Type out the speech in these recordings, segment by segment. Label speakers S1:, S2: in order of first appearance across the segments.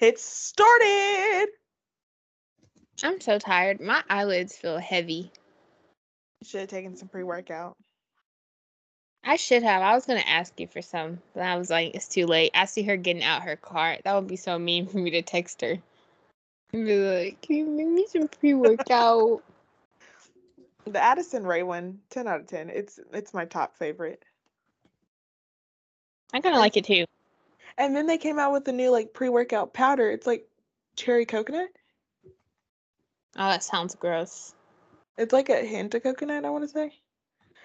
S1: It started.
S2: I'm so tired. My eyelids feel heavy.
S1: Should have taken some pre workout.
S2: I should have. I was gonna ask you for some, but I was like, it's too late. I see her getting out her car. That would be so mean for me to text her. And be like, can you make me some pre workout?
S1: The Addison Ray one, 10 out of 10. It's it's my top favorite.
S2: I kind of like it too.
S1: And then they came out with the new like pre workout powder. It's like cherry coconut.
S2: Oh, that sounds gross.
S1: It's like a hint of coconut, I want to say.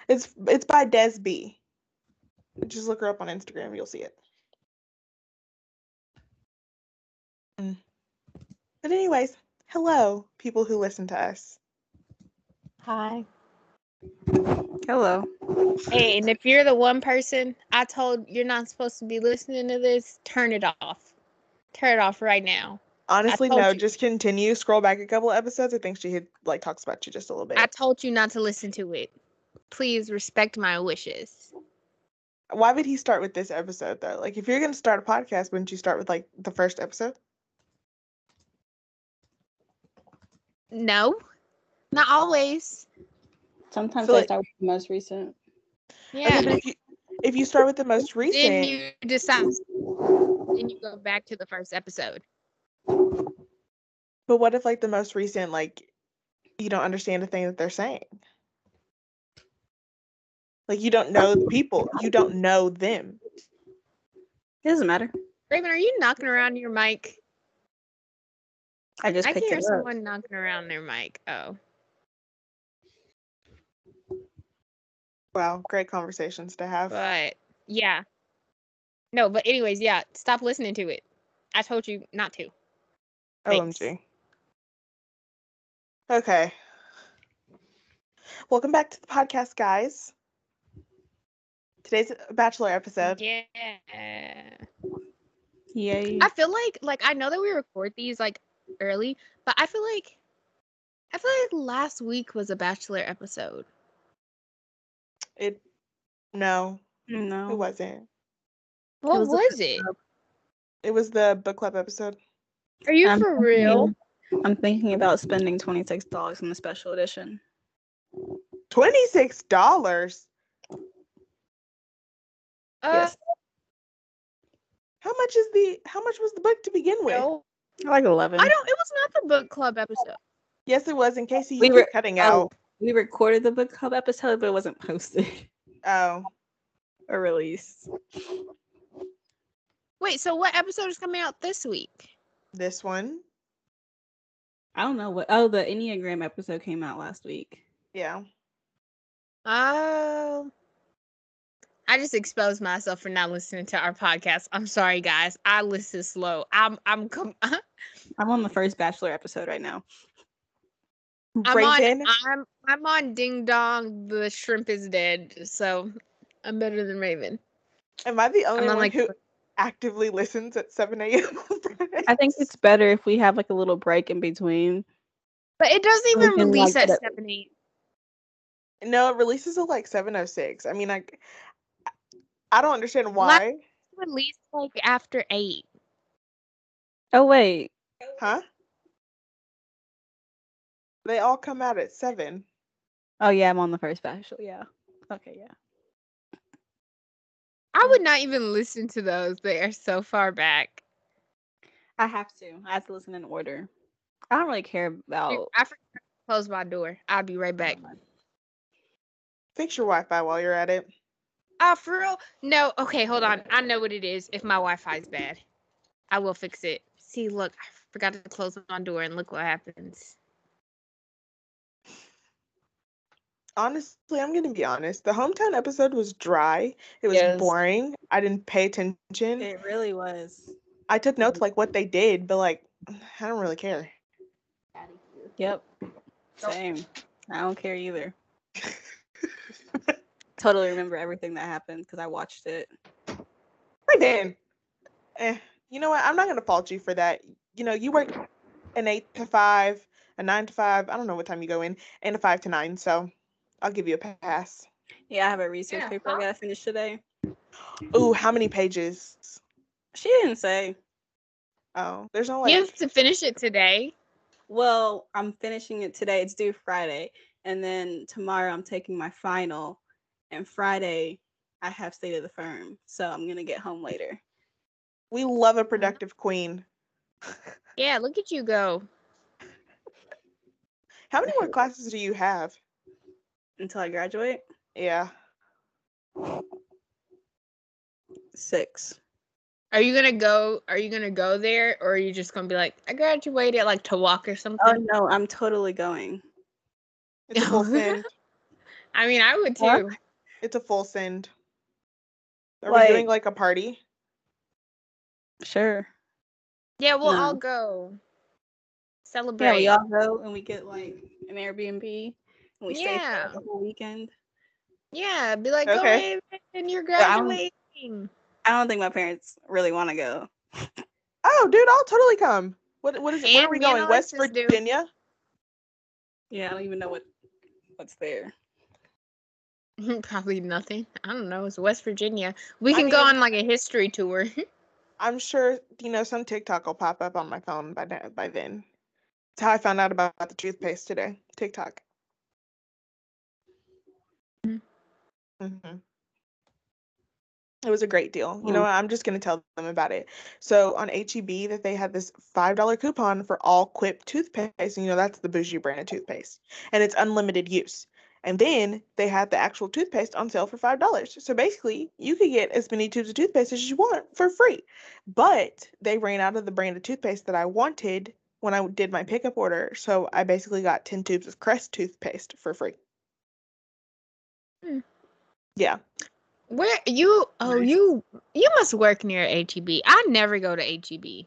S1: It's it's by Des B. Just look her up on Instagram, you'll see it. Mm. But anyways, hello, people who listen to us.
S2: Hi.
S3: Hello.
S2: Hey, and if you're the one person I told you're not supposed to be listening to this, turn it off. Turn it off right now.
S1: Honestly,
S2: told
S1: no,
S2: you.
S1: just continue. Scroll back a couple episodes. I think she had, like talks about you just a little bit.
S2: I told you not to listen to it. Please respect my wishes.
S1: Why would he start with this episode though? Like, if you're gonna start a podcast, wouldn't you start with like the first episode?
S2: No, not always.
S3: Sometimes
S1: So,
S3: I
S1: like-
S3: start with the most recent.
S2: Yeah.
S1: Okay, but if you, if you start with the most
S2: then
S1: recent,
S2: you decide. Then you go back to the first episode.
S1: but what if like the most recent, like you don't understand a thing that they're saying? Like you don't know the people, you don't know them.
S3: It doesn't matter.
S2: Raven, are you knocking around your mic?
S3: I just
S2: I can
S3: picked
S2: hear
S3: it up.
S2: someone knocking around their mic. Oh,
S1: Wow, great conversations to
S3: Oh.
S1: have.
S2: but yeah. No, but anyways, yeah. Stop listening to it. I told you not to. thanks.
S1: OMG. Okay. Welcome back to the podcast, guys. Today's a Bachelor episode.
S2: Yeah.
S3: Yay.
S2: I feel like like I know that we record these like early, but I feel like I feel like last week was a bachelor episode.
S1: It no, it
S3: No.
S1: wasn't.
S2: What
S3: was
S2: was,
S3: the
S2: it?
S1: It was the book club episode.
S2: Are you
S3: I'm
S2: for real?
S3: Um, thinking- I'm thinking about spending twenty six dollars on the special edition.
S1: Twenty six dollars.
S2: Uh,
S3: yes.
S1: How much is the? How much was the book to begin with?
S2: no.
S3: I like eleven.
S2: I don't. It was not the book club episode.
S1: Yes, it was. In case you
S3: We
S1: keep
S3: were-
S1: cutting
S3: oh.
S1: out.
S3: we recorded the book club episode, but it wasn't posted
S1: Oh,
S3: or released.
S2: Wait. So what episode is coming out this week?
S1: this one.
S3: I don't know what oh the Enneagram episode came out last week.
S1: Yeah.
S2: Oh. I just exposed myself for not listening to our podcast. I'm sorry, guys. I listen slow. I'm I'm com-
S3: I'm on the first Bachelor episode right now.
S2: I'm
S1: Raven,
S2: on I'm I'm on Ding Dong. The shrimp is dead, so I'm better than Raven.
S1: am I the only
S2: I'm on
S1: one
S2: like
S1: who actively listens at seven a.m. on Fridays?
S3: I think it's better if we have like a little break in between.
S2: but it doesn't even
S3: Raven
S2: release
S3: liked
S2: at
S3: it.
S2: seven eight.
S1: No, it releases at like seven oh six. I mean, I, I don't understand
S2: Why-
S1: why,
S2: Release like after eight.
S3: Oh wait.
S1: huh? They all come out at seven.
S3: Oh yeah, I'm on the first Bachelor. Yeah. Okay, yeah.
S2: I would not even listen to those. They are so far back.
S3: I have to. I have to listen in order. I don't really care
S2: Dude,
S3: about.
S2: I forgot to close my door. I'll be right back.
S1: Fix your Wi-Fi while you're at it.
S2: Ah, for real? No. Okay, hold on. I know what it is. If my Wi-Fi is bad, I will fix it. See, look, I forgot to close my door, and look what happens.
S1: Honestly, I'm gonna be honest. The hometown episode was dry. It was
S3: Yes.
S1: boring. I didn't pay attention.
S3: It Mm-hmm. really was.
S1: I took notes like what they did, but like I don't really care.
S3: Yep. Same. I don't care either. totally remember everything that happened because I watched it.
S1: Right then. Eh, you know what? I'm not gonna fault you for that. You know, you work an eight to five, a nine to five. I don't know what time you go in, and a five to nine. So I'll give you a pass.
S3: Yeah, I have a research
S2: Yeah,
S3: paper I
S2: huh?
S3: gotta finish today.
S1: Ooh, how many pages?
S3: She didn't say.
S1: Oh, there's no
S2: You
S1: like.
S2: have to finish it today.
S3: Well, I'm finishing it today. It's due Friday. And then tomorrow I'm taking my final. And Friday I have state of the firm. So I'm gonna get home later.
S1: We love
S2: Mm-hmm.
S1: a productive queen.
S2: Yeah, look at you go.
S1: How many more classes do you have?
S3: Until I graduate.
S1: Yeah.
S3: Six.
S2: Are you gonna go? Are you gonna go there, or are you just gonna be like, I graduated, like to walk or something?
S3: Oh no, I'm totally going.
S1: It's a full send.
S2: I mean, I would
S3: Huh?
S2: too.
S1: It's a full send. Are
S3: Like-
S1: we doing like a party?
S3: Sure.
S2: Yeah, we'll all
S3: No.
S2: go
S3: Yeah,
S2: celebrate.
S3: we all go and we get like an Airbnb and we stay
S2: Yeah.
S3: for the whole weekend.
S2: Yeah, be like,
S1: Okay.
S2: go and you're
S3: I don't-
S2: graduating.
S3: I don't think my parents really want to go.
S1: Oh, dude, I'll totally come. What what is it? Where are
S2: And
S1: we
S2: me and
S1: going? West
S2: Alexis do.
S1: Virginia?
S3: Yeah, I don't even know what what's there.
S2: Probably nothing. I don't know. It's West Virginia. We
S1: I
S2: can go
S1: mean-
S2: on like a history tour.
S1: I'm sure you know some TikTok will pop up on my phone by now, by then. That's how I found out about the toothpaste today. TikTok.
S2: Mm.
S1: Mhm. It was a great deal. You know,
S3: Mm.
S1: what? I'm just gonna tell them about it. So on HEB, that they had this five dollar coupon for all Quip toothpaste. And, you know, that's the bougie brand of toothpaste, and it's unlimited use. And then they had the actual toothpaste on sale for five dollars. So basically, you could get as many tubes of toothpaste as you want for free but they ran out of the brand of toothpaste that I wanted when I did my pickup order. So I basically got 10 tubes of Crest toothpaste for free.
S2: Hmm.
S1: Yeah.
S2: Where you? Oh,
S3: Nice.
S2: you you must work near HEB. I never go to E HEB.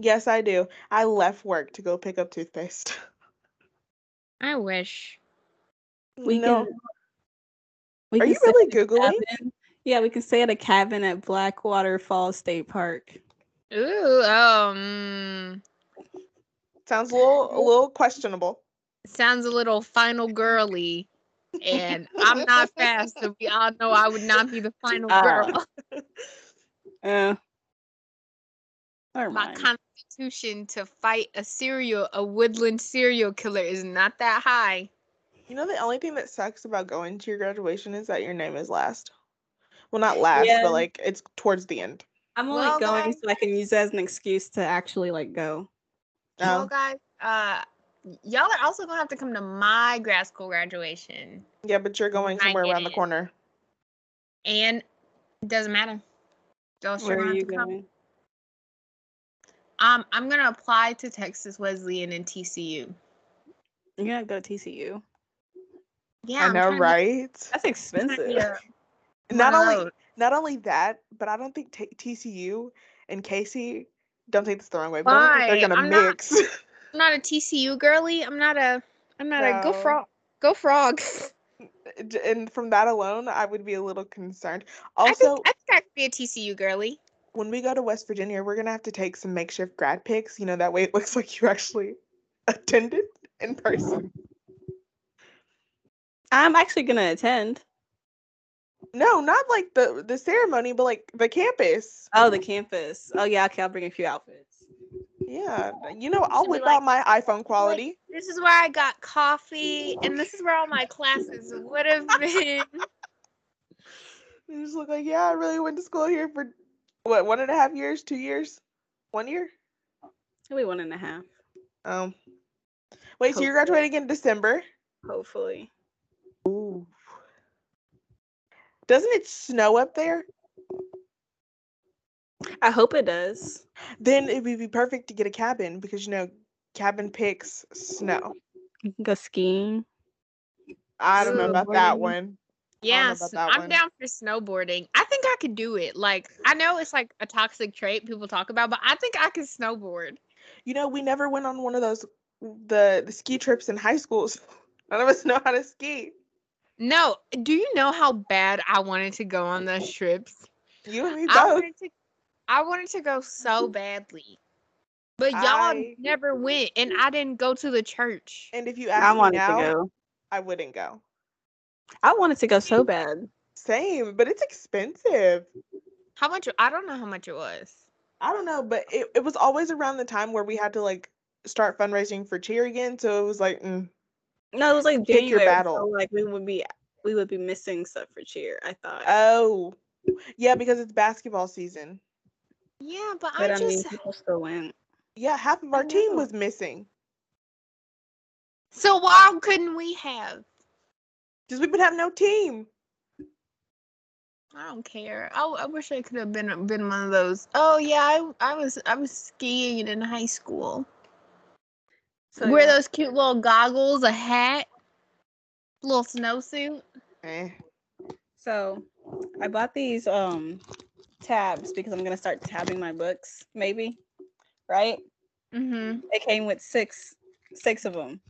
S1: Yes, I do. I left work to go pick up toothpaste.
S2: I wish.
S3: We
S1: no.
S3: can. We
S1: Are
S3: can
S1: you
S3: stay
S1: really
S3: at a
S1: Googling?
S3: cabin. Yeah, we can stay at a cabin at Blackwater Falls State Park.
S2: Ooh, um,
S1: Sounds a little a little questionable.
S2: sounds a little final girly, and I'm not fast, so we all know I would not be the final
S1: Oh,
S3: Ah,
S2: girl.
S3: Uh, never
S2: My
S3: mind.
S2: constitution to fight a serial, a woodland serial killer, is not that high.
S1: You know the only thing that sucks about going to your graduation is that your name is last. Well, not last,
S3: Yeah.
S1: but like it's towards the end.
S3: I'm only
S2: Well,
S3: going
S2: guys-
S3: so I can use that as an excuse to actually like go.
S2: Well,
S1: Oh,
S2: guys, uh, y'all are also gonna have to come to my grad school graduation,
S1: yeah, but you're going
S2: I
S1: somewhere
S2: get
S1: around the
S2: it.
S1: corner.
S2: and it doesn't matter. Y'all sure
S3: Where are
S2: have
S3: you
S2: to come.
S3: going?
S2: Um, I'm gonna apply to Texas Wesleyan and TCU.
S3: You're gonna go to TCU.
S2: Yeah,
S1: I
S2: I'm
S1: know,
S2: trying to-
S1: right?
S3: That's expensive.
S2: Yeah.
S1: Not
S2: one of
S1: only
S2: those.
S1: not only that, but I don't think t- TCU and Casey don't take this the wrong way, but I don't think
S2: Why?
S1: they're gonna
S2: I'm not-
S1: mix.
S2: I'm not a TCU girly. I'm not a. I'm not a go
S1: No.
S2: frog. Go frogs.
S1: D- and from that alone, I would be a little concerned.
S2: I
S1: Also,
S2: think I think I could be a TCU girly.
S1: when we go to West Virginia, we're gonna have to take some makeshift grad pics. You know, that way it looks like you actually attended in person.
S3: I'm actually gonna attend.
S1: No, not like the the ceremony, but like the campus.
S3: Oh, the campus. Oh yeah, okay, I'll bring a few outfits.
S1: Yeah, you know, I'll
S2: Should we,
S1: whip
S2: like-
S1: out my iPhone quality.
S2: This is where I got coffee, and this is where all my classes would have been.
S1: You just look like, yeah, I really went to school here for what one and a half years, two years, one year.
S3: Maybe one and a half,
S1: Um, wait, so you're
S3: Hopefully.
S1: graduating in December?
S3: hopefully.
S1: Ooh. Doesn't it snow up there?
S3: I hope it does.
S1: Then it would be perfect to get a cabin because you know cabin picks snow.
S3: You can go skiing.
S1: I don't know about that
S3: Snowboarding.
S1: one.
S2: Yes,
S1: about that
S2: I'm
S1: one.
S2: down for snowboarding. I think I could do it. Like I know it's like a toxic trait people talk about, but I think I can snowboard.
S1: You know, we never went on one of those the, the ski trips in high school. so None of us know how to ski.
S2: No, do you know how bad I wanted to go on those trips?
S1: You and me
S2: I
S1: both.
S2: wanted to, I wanted to go so badly, but y'all
S1: I- Eh
S2: never went, and I didn't go to the church.
S1: And if you
S3: I
S1: ask me
S3: wanted
S1: now,
S3: to go.
S1: I wouldn't go.
S3: I wanted to go so bad.
S1: Same, but it's expensive.
S2: How much? I don't know how much it was.
S1: I don't know, but it, it was always around the time where we had to like start fundraising for cheer again. So it was like, mm,
S3: No, it was like
S1: Pick
S3: January.
S1: your battle.
S3: So, like we would be we would be missing stuff for cheer. I thought.
S1: oh, yeah, because it's basketball season.
S2: Yeah, but,
S3: but
S2: I,
S3: I mean,
S2: just
S3: people still went.
S1: Yeah, half of
S2: I
S1: our team
S2: know.
S1: was missing.
S2: so why couldn't we have?
S1: Just we would have no team.
S2: I don't care. I, I wish I could have been been one of those. Oh yeah, I I was I was skiing in high school.
S3: So
S2: Wear
S3: yeah.
S2: those cute little goggles, a hat, little snowsuit.
S1: Eh.
S3: So I bought these um tabs because I'm gonna start tabbing my books, maybe. Right?
S2: Mm-hmm.
S3: It came with six six of them.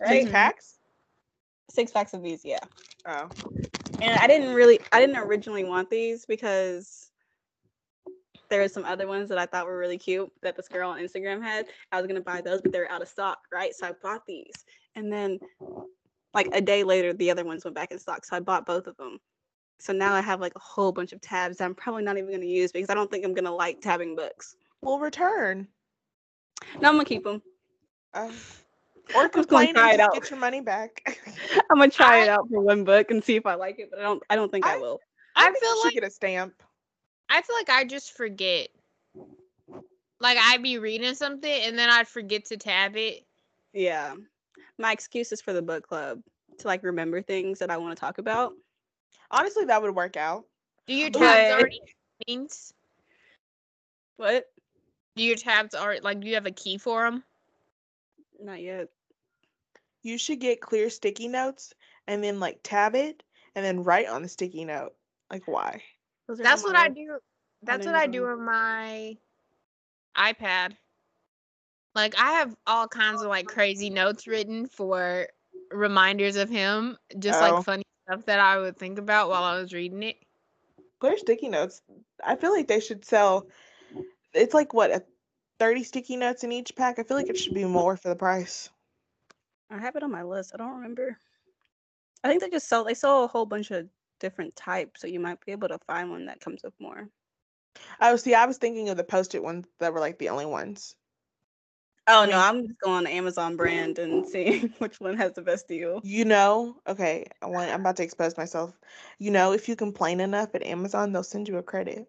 S3: Right?
S1: Six
S2: Mhm.
S1: packs?
S3: Six packs of these, yeah.
S1: Oh.
S3: And I didn't really I didn't originally want these because there were some other ones that I thought were really cute that this girl on Instagram had. I was gonna buy those, but they were out of stock, right? So I bought these. And then like a day later the other ones went back in stock. So I bought both of them. So now I have like a whole bunch of tabs that I'm probably not even gonna use because I don't think I'm gonna like tabbing books.
S1: We'll return.
S3: No, I'm gonna keep them.
S1: Uh, or
S3: gonna
S1: complain
S3: try
S1: and
S3: it
S1: just
S3: out.
S1: get your money back.
S3: I'm gonna try
S2: I-
S3: it out for one book and see if I like it, but I don't. I don't think I,
S1: I-
S3: will.
S2: I
S1: think you
S2: feel
S1: should
S2: like
S1: get a stamp.
S2: I feel like I just forget. Like I'd be reading something and then I'd forget to tab it.
S3: Yeah, my excuse is for the book club to like remember things that I want to talk about.
S1: Honestly, that would work out.
S2: Do your
S3: But-
S2: tabs already means?
S3: What?
S2: Do your tabs already like? Do you have a key for them?
S3: Not yet.
S1: You should get clear sticky notes and then like tab it and then write on the sticky note like why.
S3: Those are on
S2: That's what
S3: my
S2: I
S3: list.
S2: do. That's
S3: on
S2: what I do
S3: Amazon.
S2: on my iPad. Like I have all kinds of like crazy notes written for reminders of him, just
S1: Oh.
S2: like funny stuff that I would think about while I was reading it.
S1: Clear sticky notes. I feel like they should sell. It's like what a thirty sticky notes in each pack. I feel like it should be more for the price.
S3: I have it on my list. I don't remember. I think they just sell. They sell a whole bunch of different types, so you might be able to find one that comes up more.
S1: Oh, see, I was thinking of the post-it ones that were like the only ones.
S3: Oh no, I'm just going to Amazon brand and seeing which one has the best deal.
S1: You know, okay, I want, I'm about to expose myself. You know, if you complain enough at Amazon, they'll send you a credit.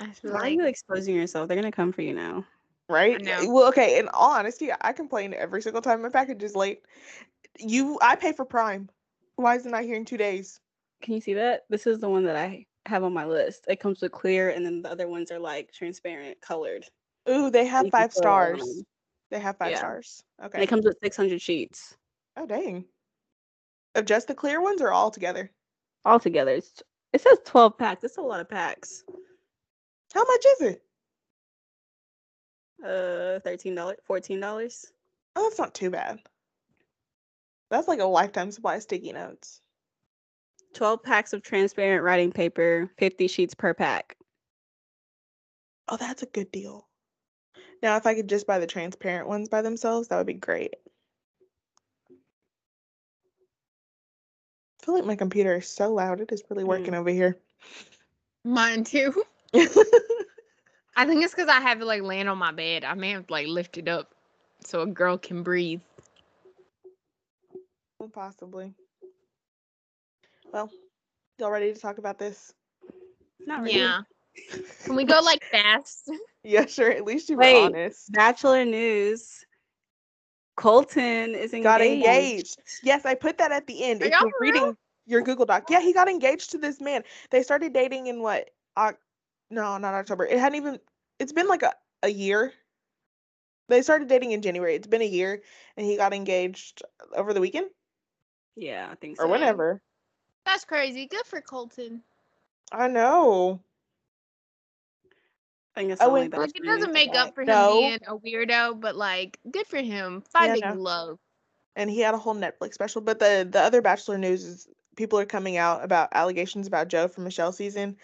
S2: I feel
S3: Why are you exposing yourself? They're gonna come for you now.
S1: Right?
S2: know.
S1: Well, okay, in all honesty, I complain every single time my package is late. You I pay for Prime. Why isn't I here in two days?
S3: Can you see that? This is the one that I have on my list. It comes with clear, and then the other ones are like transparent, colored.
S1: Ooh, they have
S3: You can
S1: five
S3: throw it all in.
S1: stars. They have five
S3: Yeah.
S1: stars. Okay.
S3: And it comes with 600 sheets.
S1: oh dang. Of just the clear ones or all together?
S3: Altogether, it's, it says 12 packs. It's a lot of packs.
S1: How much is it?
S3: Uh, $13, $14.
S1: Oh, that's not too bad. That's like a lifetime supply of sticky notes.
S3: 12 packs of transparent writing paper, 50 sheets per pack.
S1: Oh, that's a good deal. Now, if I could just buy the transparent ones by themselves, that would be great. I feel like my computer is so loud. It is really working over here.
S2: Mine too. I think it's because I have it like laying on my bed. I may have like lifted up so a girl can breathe.
S1: Well, Possibly. Well, y'all ready to talk about this?
S3: Not really.
S2: Yeah. Can we go like fast?
S1: Yeah, sure. At least you were
S3: Wait.
S1: honest.
S3: Bachelor news. Colton is engaged.
S1: Got engaged. Yes, I put that at the end.
S2: Are
S1: if
S2: y'all
S1: you're
S2: for real?
S1: reading your Google Doc, yeah, he got engaged to this man. They started dating in what? Oc- no, not October. It hadn't even. It's been like a, a year. They started dating in January. It's been a year, and he got engaged over the weekend
S3: Yeah, I think so.
S1: or whenever.
S2: That's crazy. Good for Colton.
S1: I know.
S3: I think that's
S1: Oh,
S3: the only
S1: wait.
S2: Like it
S3: Bachelor
S2: doesn't
S3: news I
S2: make
S3: got.
S2: up for him
S1: No.
S2: being a weirdo, but like good for him. Finding
S1: no.
S2: love.
S1: and he had a whole Netflix special. But the the other Bachelor news is people are coming out about allegations about Joe from Michelle season.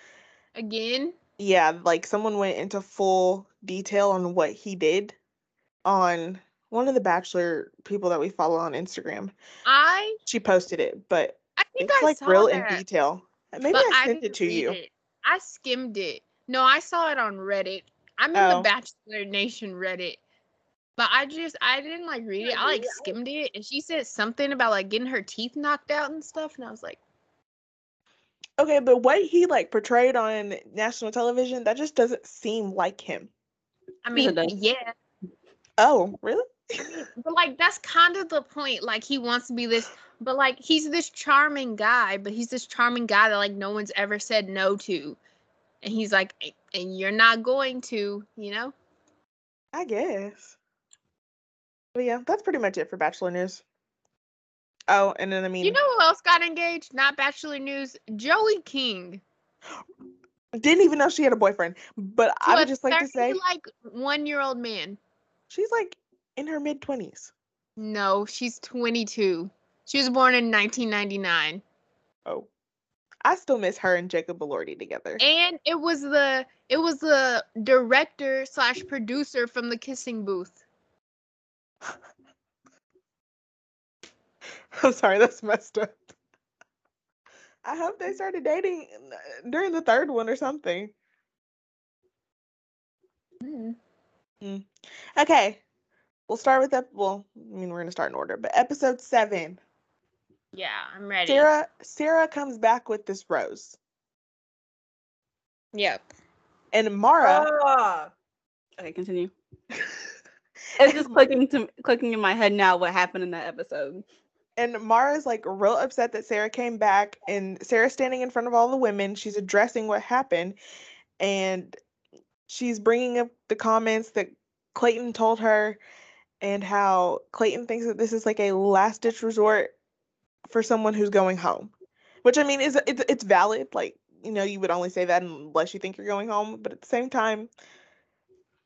S2: Again.
S1: Yeah, like someone went into full detail on what he did on one of the Bachelor people that we follow on Instagram.
S2: I
S1: She posted it, but
S2: I think
S1: it's
S2: I
S1: like
S2: saw
S1: real
S2: that.
S1: in detail. Uh, Maybe
S2: but
S1: I
S2: I
S1: sent
S2: didn't
S1: it to
S2: read
S1: you.
S2: It. I skimmed it. No, I saw it on Reddit. I'm in
S1: Oh.
S2: the Bachelor Nation Reddit. But I just I didn't like read it. I like skimmed it and she said something about like getting her teeth knocked out and stuff and I was like,
S1: Okay, but what he like portrayed on national television, that just doesn't seem like him.
S2: I
S3: Yes, it
S2: mean,
S3: does.
S2: yeah,
S1: Oh, really?
S2: but like that's kind of the point. Like he wants to be this, but like he's this charming guy, but he's this charming guy that like no one's ever said no to. And he's like, "A- and you're not going to, you know?
S1: I guess. But yeah, that's pretty much it for Bachelor News. Oh, and then I mean,
S2: You know who else got engaged? Not Bachelor News. Joey King.
S1: didn't even know she had a boyfriend. But I
S2: to
S1: would
S2: a
S1: just like to
S2: 30,
S1: say
S2: like one year old man.
S1: she's like in her mid twenties.
S2: No, she's 22. She was born in 1999,
S1: Oh, I still miss her and Jacob Elordi together.
S2: and it was the it was the director slash producer from the Kissing Booth.
S1: I'm sorry, that's messed up. I hope they started dating uh, during the third one or something. Mm-hmm. Okay, we'll start with ep- well, I mean we're gonna start in order, but episode seven.
S2: Yeah, I'm ready.
S1: Sarah Sarah comes back with this rose,
S2: Yep.
S1: and Mara.
S3: Ah. Okay, continue. It's just clicking to clicking in my head now what happened in that episode.
S1: and Mara's like real upset that Sarah came back, and Sarah's standing in front of all the women. She's addressing what happened, and she's bringing up the comments that Clayton told her, and how Clayton thinks that this is like a last ditch resort for someone who's going home, which I mean is it's it's valid. Like you know, you would only say that unless you think you're going home, but at the same time,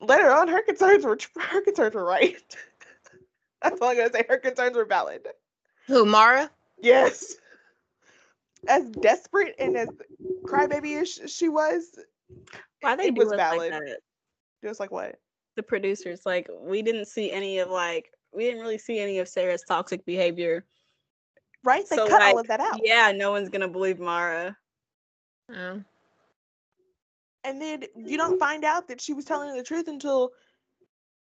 S1: later on, her concerns were her concerns were right. That's all I'm gonna say. Her concerns were valid.
S2: Who, Mara?
S1: Yes. As desperate and as crybaby as sh- she was,
S3: Why they
S1: It
S3: do
S1: was
S3: us
S1: valid.
S3: like that?
S1: just like what?
S3: The producers, like we didn't see any of like we didn't really see any of Sarah's toxic behavior.
S1: Right? They
S3: So,
S1: cut all
S3: like,
S1: of that out.
S3: Yeah, no one's gonna believe Mara.
S2: Oh.
S1: And then you don't find out that she was telling the truth until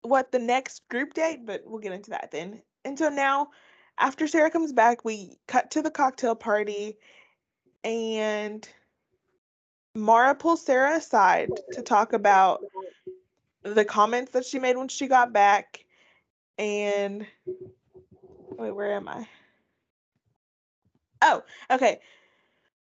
S1: what the next group date, but we'll get into that then. And so now, after Sarah comes back, we cut to the cocktail party and Mara pulls Sarah aside to talk about the comments that she made when she got back. And wait, where am I? Oh, okay.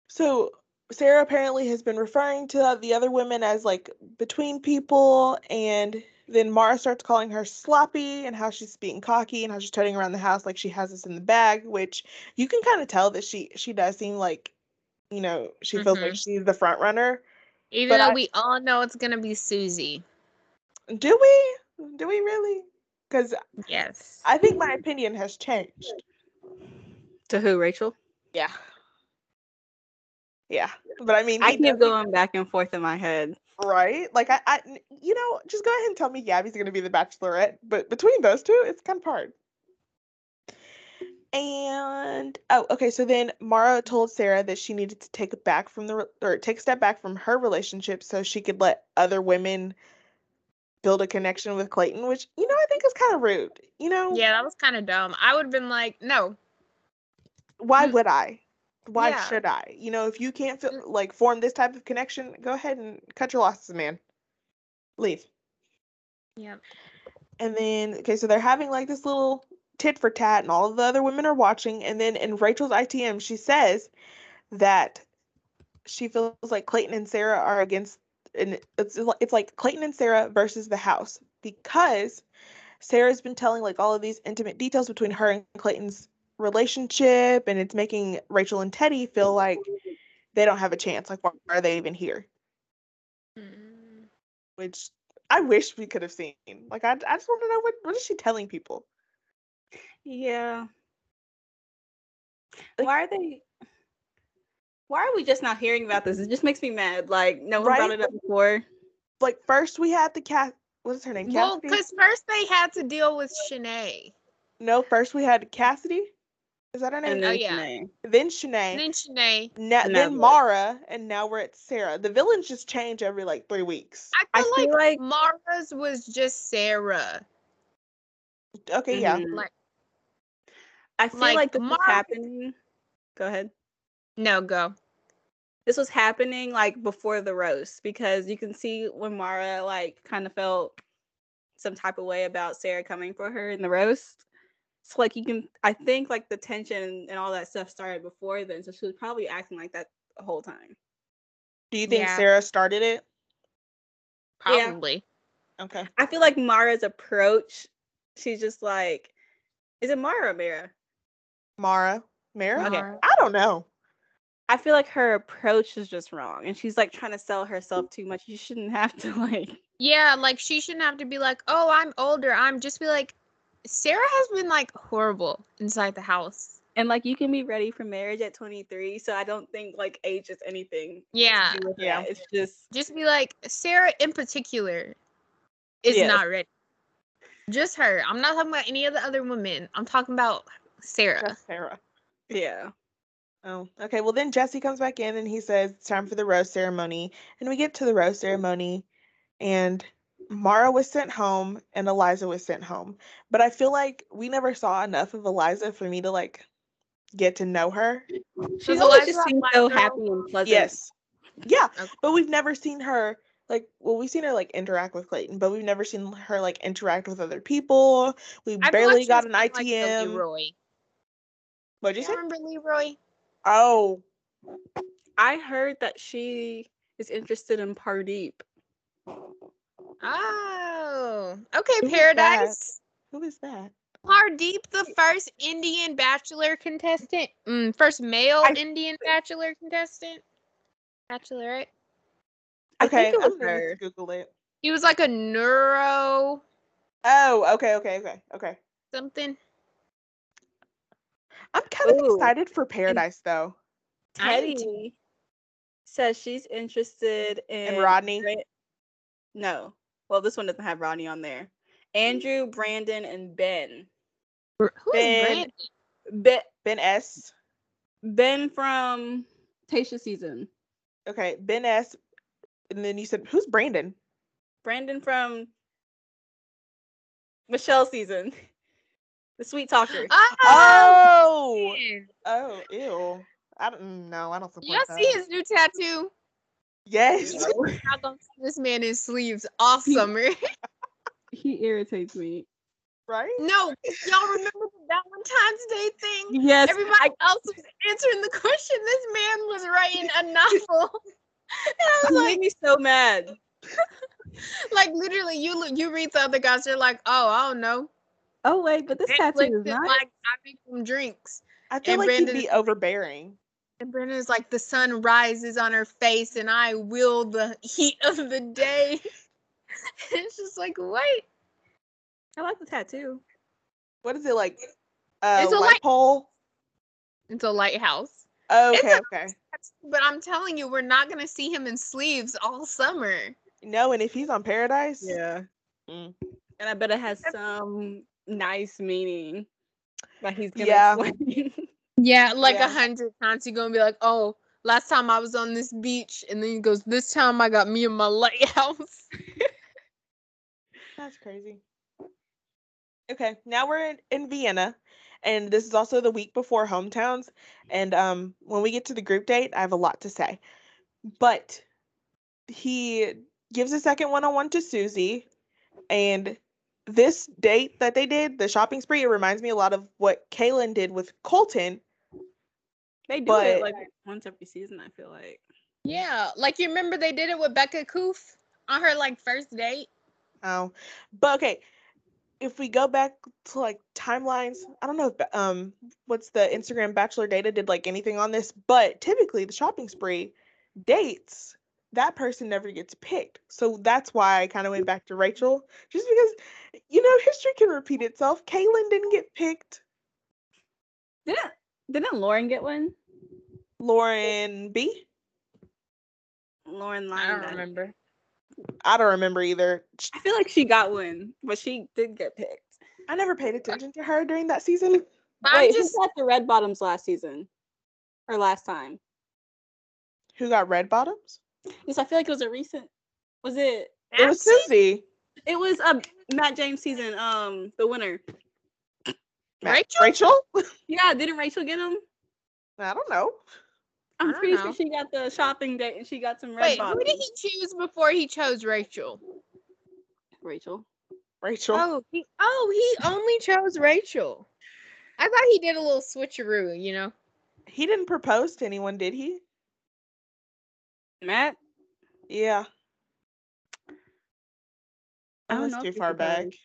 S1: So Sarah apparently has been referring to the other women as like between people, and then Mara starts calling her sloppy and how she's being cocky and how she's toting around the house like she has this in the bag, which you can kind of tell that she she does seem like, you know, she feels like she's the front runner. But
S2: Even though
S1: I-
S2: we all know it's gonna be Susie.
S1: Do we? Do we really? Because
S2: Yes.
S1: I think my opinion has changed.
S3: To who, Rachel?
S1: Yeah. Yeah. But I mean,
S3: I
S1: he
S3: keep
S1: does-
S3: going back and forth in my head.
S1: right? Like, I, I, you know, just go ahead and tell me Gabby's going to be the bachelorette. But between those two, it's kind of hard. And oh, okay. So then Mara told Sarah that she needed to take it back from the re- or take a step back from her relationship so she could let other women build a connection with Clayton, which you know I think is kind of rude. You know,
S2: Yeah, that was kind of dumb. I would have been like, no.
S1: why
S2: Mm.
S1: would I? Why
S2: Yeah.
S1: should I? You know, if you can't feel,
S2: Mm.
S1: like form this type of connection, go ahead and cut your losses, man. Leave.
S2: Yeah.
S1: And then, okay, so they're having like this little tit for tat, and all of the other women are watching. And then in Rachel's ITM, she says that she feels like Clayton and Sarah are against, and it's li- it's like Clayton and Sarah versus the house because Sarah's been telling like all of these intimate details between her and Clayton's relationship, and it's making Rachel and Teddy feel like they don't have a chance. Like, why are they even here?
S2: Mm-hmm.
S1: Which I wish we could have seen. Like, I, I just want to know what what is she telling people?
S3: Yeah.
S1: Like-
S3: Why are they? Why are we just not hearing about this? It just makes me mad. Like no one
S1: Right?
S3: brought it up before.
S1: like first we had the cat what is her name?
S2: Well,
S1: Cassidy?
S2: because first they had to deal with Shanae.
S1: no, first we had Cassidy Is that her name?
S3: And
S2: Oh,
S3: then
S2: yeah.
S3: Shanae.
S1: then Shanae.
S2: And then Shanae.
S1: na- then
S3: and Natalie.
S1: Mara, and now we're at Sarah. The villains just change every like three weeks.
S2: I feel
S3: I feel
S2: like,
S3: like-
S2: Mara's was just Sarah.
S1: Okay, yeah.
S3: Mhm.
S2: Mm-hmm. like-
S3: I feel
S2: like,
S3: like, this was
S2: Mar-
S3: happening. Go ahead.
S2: No, go.
S3: This was happening like before the roast because you can see when Mara like kind of felt some type of way about Sarah coming for her in the roast. So like you can, I think like the tension and all that stuff started before then. So she was probably acting like that the whole time.
S1: Do you think
S2: Yeah.
S1: Sarah started it?
S3: Yeah.
S2: Probably.
S1: Okay.
S3: I feel like Mara's approach, she's just like, is it Mara or Mara?
S1: Mara. Mara?
S3: Okay.
S2: Mara.
S1: I don't know.
S3: I feel like her approach is just wrong, and she's like trying to sell herself too much. You shouldn't have to like.
S2: Yeah, like she shouldn't have to be like, oh, I'm older. I'm just be like, Sarah has been like horrible inside the house.
S3: And like you can be ready for marriage at 23, so I don't think like age is anything.
S2: Yeah.
S3: to do with
S1: Yeah.
S3: that. it's just
S2: Just be like, Sarah in particular is
S3: Yes.
S2: not ready. Just her. I'm not talking about any of the other women. I'm talking about Sarah.
S1: Just Sarah.
S3: yeah.
S1: Oh, okay. Well, then Jesse comes back in and he says it's time for the rose ceremony. And we get to the rose ceremony, and Mara was sent home and Eliza was sent home. But I feel like we never saw enough of Eliza for me to like get to know her.
S3: She
S2: Does
S3: always
S2: Eliza
S3: just
S2: have
S3: seems
S2: black
S3: so
S2: girl?
S3: happy and pleasant.
S1: Yes. Yeah.
S2: Okay.
S1: But we've never seen her like well, we've seen her like interact with Clayton, but we've never seen her like interact with other people. We
S2: I feel like
S1: barely
S2: she's
S1: got an
S2: kinda like the
S1: ITM.
S2: Leroy.
S1: What'd you
S2: Do you
S1: say?
S2: remember Leroy?
S1: Oh,
S3: I heard that she is interested in Pardeep.
S2: Oh, okay,
S1: Who's that?
S2: Paradise.
S1: who is that?
S2: Hardeep, the first Indian bachelor contestant, mm, first male
S3: I-
S2: Indian bachelor contestant, bachelorette.
S3: I think it was
S1: I'm gonna
S3: her.
S1: just Google it.
S2: He was like a neuro
S1: Oh, okay, okay, okay, okay.
S2: something.
S1: I'm kind of
S3: Ooh.
S1: excited for Paradise though.
S2: I need to-
S3: Teddy says she's interested in
S1: And Rodney.
S3: Bran- No. Well, this one doesn't have Rodney on there. Andrew, Brandon, and Ben.
S2: Who is
S1: Ben-
S2: Brandon?
S3: Be-
S1: Ben S.
S3: ben from Tasha season.
S1: Okay, Ben S. And then you said who's Brandon?
S3: Brandon from Michelle season. The sweet talker.
S2: Oh,
S1: Oh,
S2: man.
S1: oh, ew. I don't know. I don't
S2: Did
S1: support
S2: y'all
S1: that.
S2: see his new tattoo?
S1: Yes.
S2: Y'all gonna see this man in sleeves all summer.
S3: he irritates me.
S1: right?
S2: no, y'all remember the Valentine's Day thing?
S3: Yes.
S2: Everybody else was answering the question. This man was writing a novel. And I was
S3: he
S2: like,
S3: made me so mad.
S2: like literally, you look, you read the other guys, they're like, oh, I don't know.
S3: Oh wait, but this tattoo
S2: Netflix
S3: is
S2: is
S3: not.
S2: like, I make them drinks.
S1: I feel
S2: And
S1: like
S2: Brandon
S1: he'd be
S2: is-
S1: overbearing.
S2: And Brenda's like, the sun rises on her face, and I will the heat of the day. it's just like, wait,
S3: I like the tattoo.
S1: What is it like? Uh,
S2: It's a
S1: light
S2: light-
S1: pole. Oh,
S2: it's a lighthouse. It's
S1: Okay, okay.
S2: But I'm telling you, we're not gonna see him in sleeves all summer.
S1: No, and if he's on Paradise,
S3: Yeah.
S1: Mm.
S3: And I bet it has some nice meaning. Like he's gonna
S1: Yeah.
S3: explain.
S2: Yeah, like a
S1: Yeah.
S2: hundred times you're gonna be like, oh, last time I was on this beach, and then he goes, this time I got me in my lighthouse.
S1: that's crazy. Okay, now we're in, in Vienna, and this is also the week before hometowns. And um, when we get to the group date, I have a lot to say. But he gives a second one-on-one to Susie, and this date that they did, the shopping spree, it reminds me a lot of what Kaylin did with Colton.
S3: they do
S1: But-
S3: it like once every season. I feel like.
S2: yeah, like you remember they did it with Becca Koof on her like first date.
S1: Oh, but okay. If we go back to like timelines, I don't know if ba- um what's the Instagram Bachelor data did like anything on this, but typically the shopping spree dates that person never gets picked. So that's why I kind of went back to Rachel, just because you know history can repeat itself. Kaylin didn't get picked.
S3: Didn't didn't Lauren get one?
S1: Lauren B.
S3: Lauren
S2: I
S3: Lyon.
S2: don't remember.
S1: I don't remember either. Sh-
S3: I feel like she got one, but she did get picked.
S1: I never paid attention to her during that season.
S2: But
S3: Wait,
S2: I'm just
S3: who got the red bottoms last season or last time?
S1: Who got red bottoms?
S3: Yes, I feel like it was a recent. Was it?
S1: It was
S2: Actually,
S1: Susie.
S3: It was a Matt James season. Um, the winner.
S1: Ma-
S2: Rachel?
S1: Rachel?
S3: Yeah, didn't Rachel get them?
S1: I don't know.
S2: I
S3: I'm
S2: don't
S3: pretty
S2: know.
S3: sure she got the shopping date and she got some red
S2: Wait,
S3: bottoms.
S2: who did he choose before he chose Rachel?
S3: Rachel.
S1: Rachel.
S2: Oh, he oh he only chose Rachel. I thought he did a little switcheroo, you know.
S1: He didn't propose to anyone, did he?
S3: Matt.
S1: Yeah.
S3: I
S1: Oh,
S3: don't
S1: that's
S3: know
S1: too
S3: if he
S1: far back.
S3: proposed.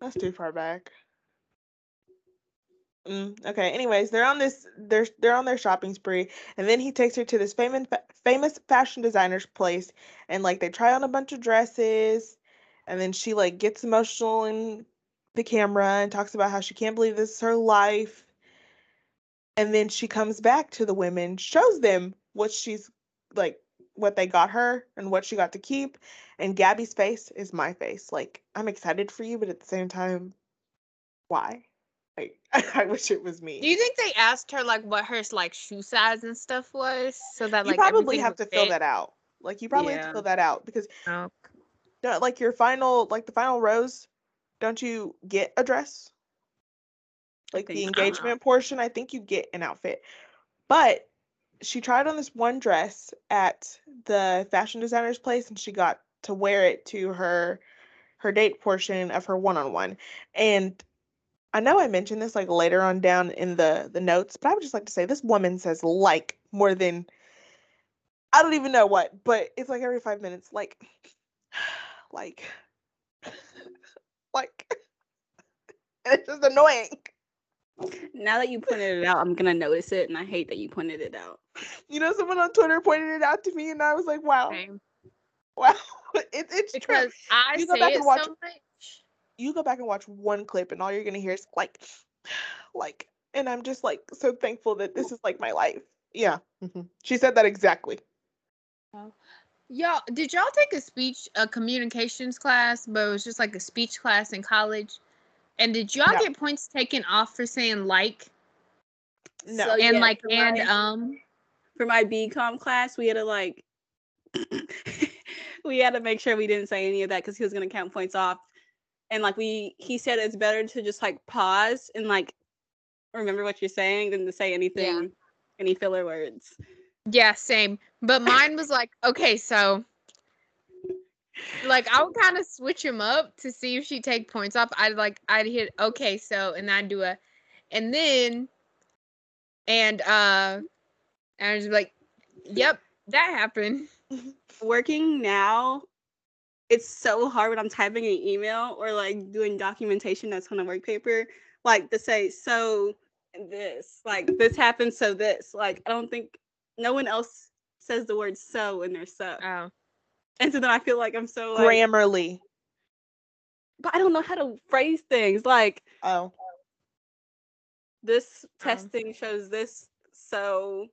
S1: That's too far back. Mm, okay. Anyways, they're on this. They're they're on their shopping spree, and then he takes her to this famous fa- famous fashion designer's place, and like they try on a bunch of dresses, and then she like gets emotional in the camera and talks about how she can't believe this is her life, and then she comes back to the women, shows them what she's like, what they got her and what she got to keep, and Gabby's face is my face. Like I'm excited for you, but at the same time, why? Like I wish it was me.
S2: Do you think they asked her like what her like shoe size and stuff was, so that
S1: you
S2: like
S1: probably have to fill that out. Like you probably have
S2: Yeah.
S1: to fill that out because
S2: out?
S1: don't- like your final like the final rows, don't you get a dress? Like the
S3: think-
S2: I don't know.
S1: engagement portion, I think you get an outfit. But she tried on this one dress at the fashion designer's place and she got to wear it to her her date portion of her one-on-one. And I know I mentioned this like later on down in the the notes, but I would just like to say this woman says like more than I don't even know what, but it's like every five minutes, like, like, like, and it's just annoying.
S3: Now that you pointed it out, I'm gonna notice it, and I hate that you pointed it out.
S1: You know, someone on Twitter pointed it out to me, and I was like, wow,
S2: Same.
S1: wow, it, it's true.
S2: Because I
S1: You
S2: see
S1: go back
S2: it
S1: and watch-
S2: so much.
S1: You go back and watch one clip, and all you're gonna hear is like, like, and I'm just like so thankful that this is like my life. Yeah, Mm-hmm. she said that exactly.
S2: Y'all, did y'all take a speech, a communications class, but it was just like a speech class in college? And did y'all
S1: No.
S2: get points taken off for saying like
S1: No,
S3: So-
S2: and
S3: yeah,
S2: like
S3: for
S2: and
S3: my-
S2: um?
S3: For my BCom class, we had to like, we had to make sure we didn't say any of that because he was gonna count points off, and like we, he said it's better to just like pause and like remember what you're saying than to say anything, any filler words.
S2: Yeah, same. But mine was like, okay, so like I would kind of switch them up to see if she take points off. I'd like I'd hit okay, so and I'd do a and then and uh and I'd just be like, Yep, that happened.
S3: working now it's so hard when i'm typing an email or like doing documentation that's on a work paper like to say so and this like this happened so this like i don't think no one else says the word so in their so
S2: Oh.
S3: and so then i feel like i'm so like
S1: Grammarly.
S3: but i don't know how to phrase things like
S1: Oh,
S3: this
S2: Uh-huh.
S3: testing shows this so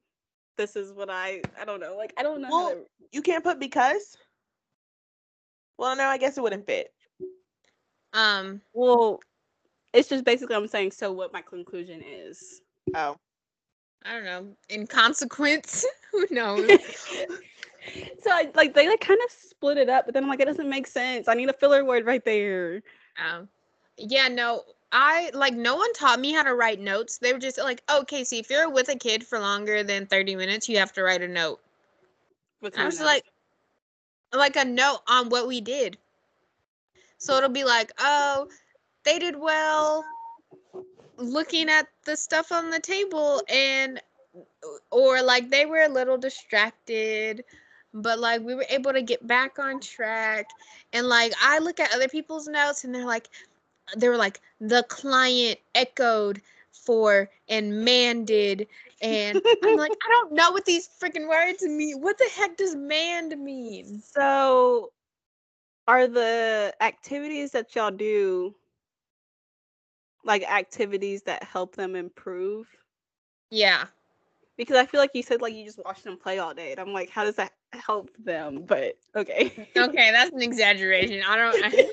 S3: this is what i i don't know like i don't know how
S1: Well,
S3: to
S1: you can't put because. Well, no, I guess it wouldn't fit.
S2: Um
S3: well it's just basically i'm saying so what my conclusion is
S1: Oh.
S2: I don't know. In consequence, who knows?
S3: so I, like they like kind of split it up, but then I'm like, it doesn't make sense. I need a filler word right there.
S2: Um, yeah, no, I like no one taught me how to write notes. They were just like, oh, Casey, if you're with a kid for longer than 30 minutes, you have to write a note.
S3: What's
S2: And I
S3: my
S2: was
S3: note?
S2: like, like a note on what we did. So it'll be like, oh, they did well looking at the stuff on the table and or like they were a little distracted but like we were able to get back on track and like i look at other people's notes and they're like they were like the client echoed for and manded and i'm like i don't know what these freaking words mean what the heck does mand mean
S3: so are the activities that y'all do like activities that help them improve?
S2: yeah
S3: Because I feel like you said like you just watch them play all day, and I'm like, how does that help them? But okay,
S2: okay that's an exaggeration i don't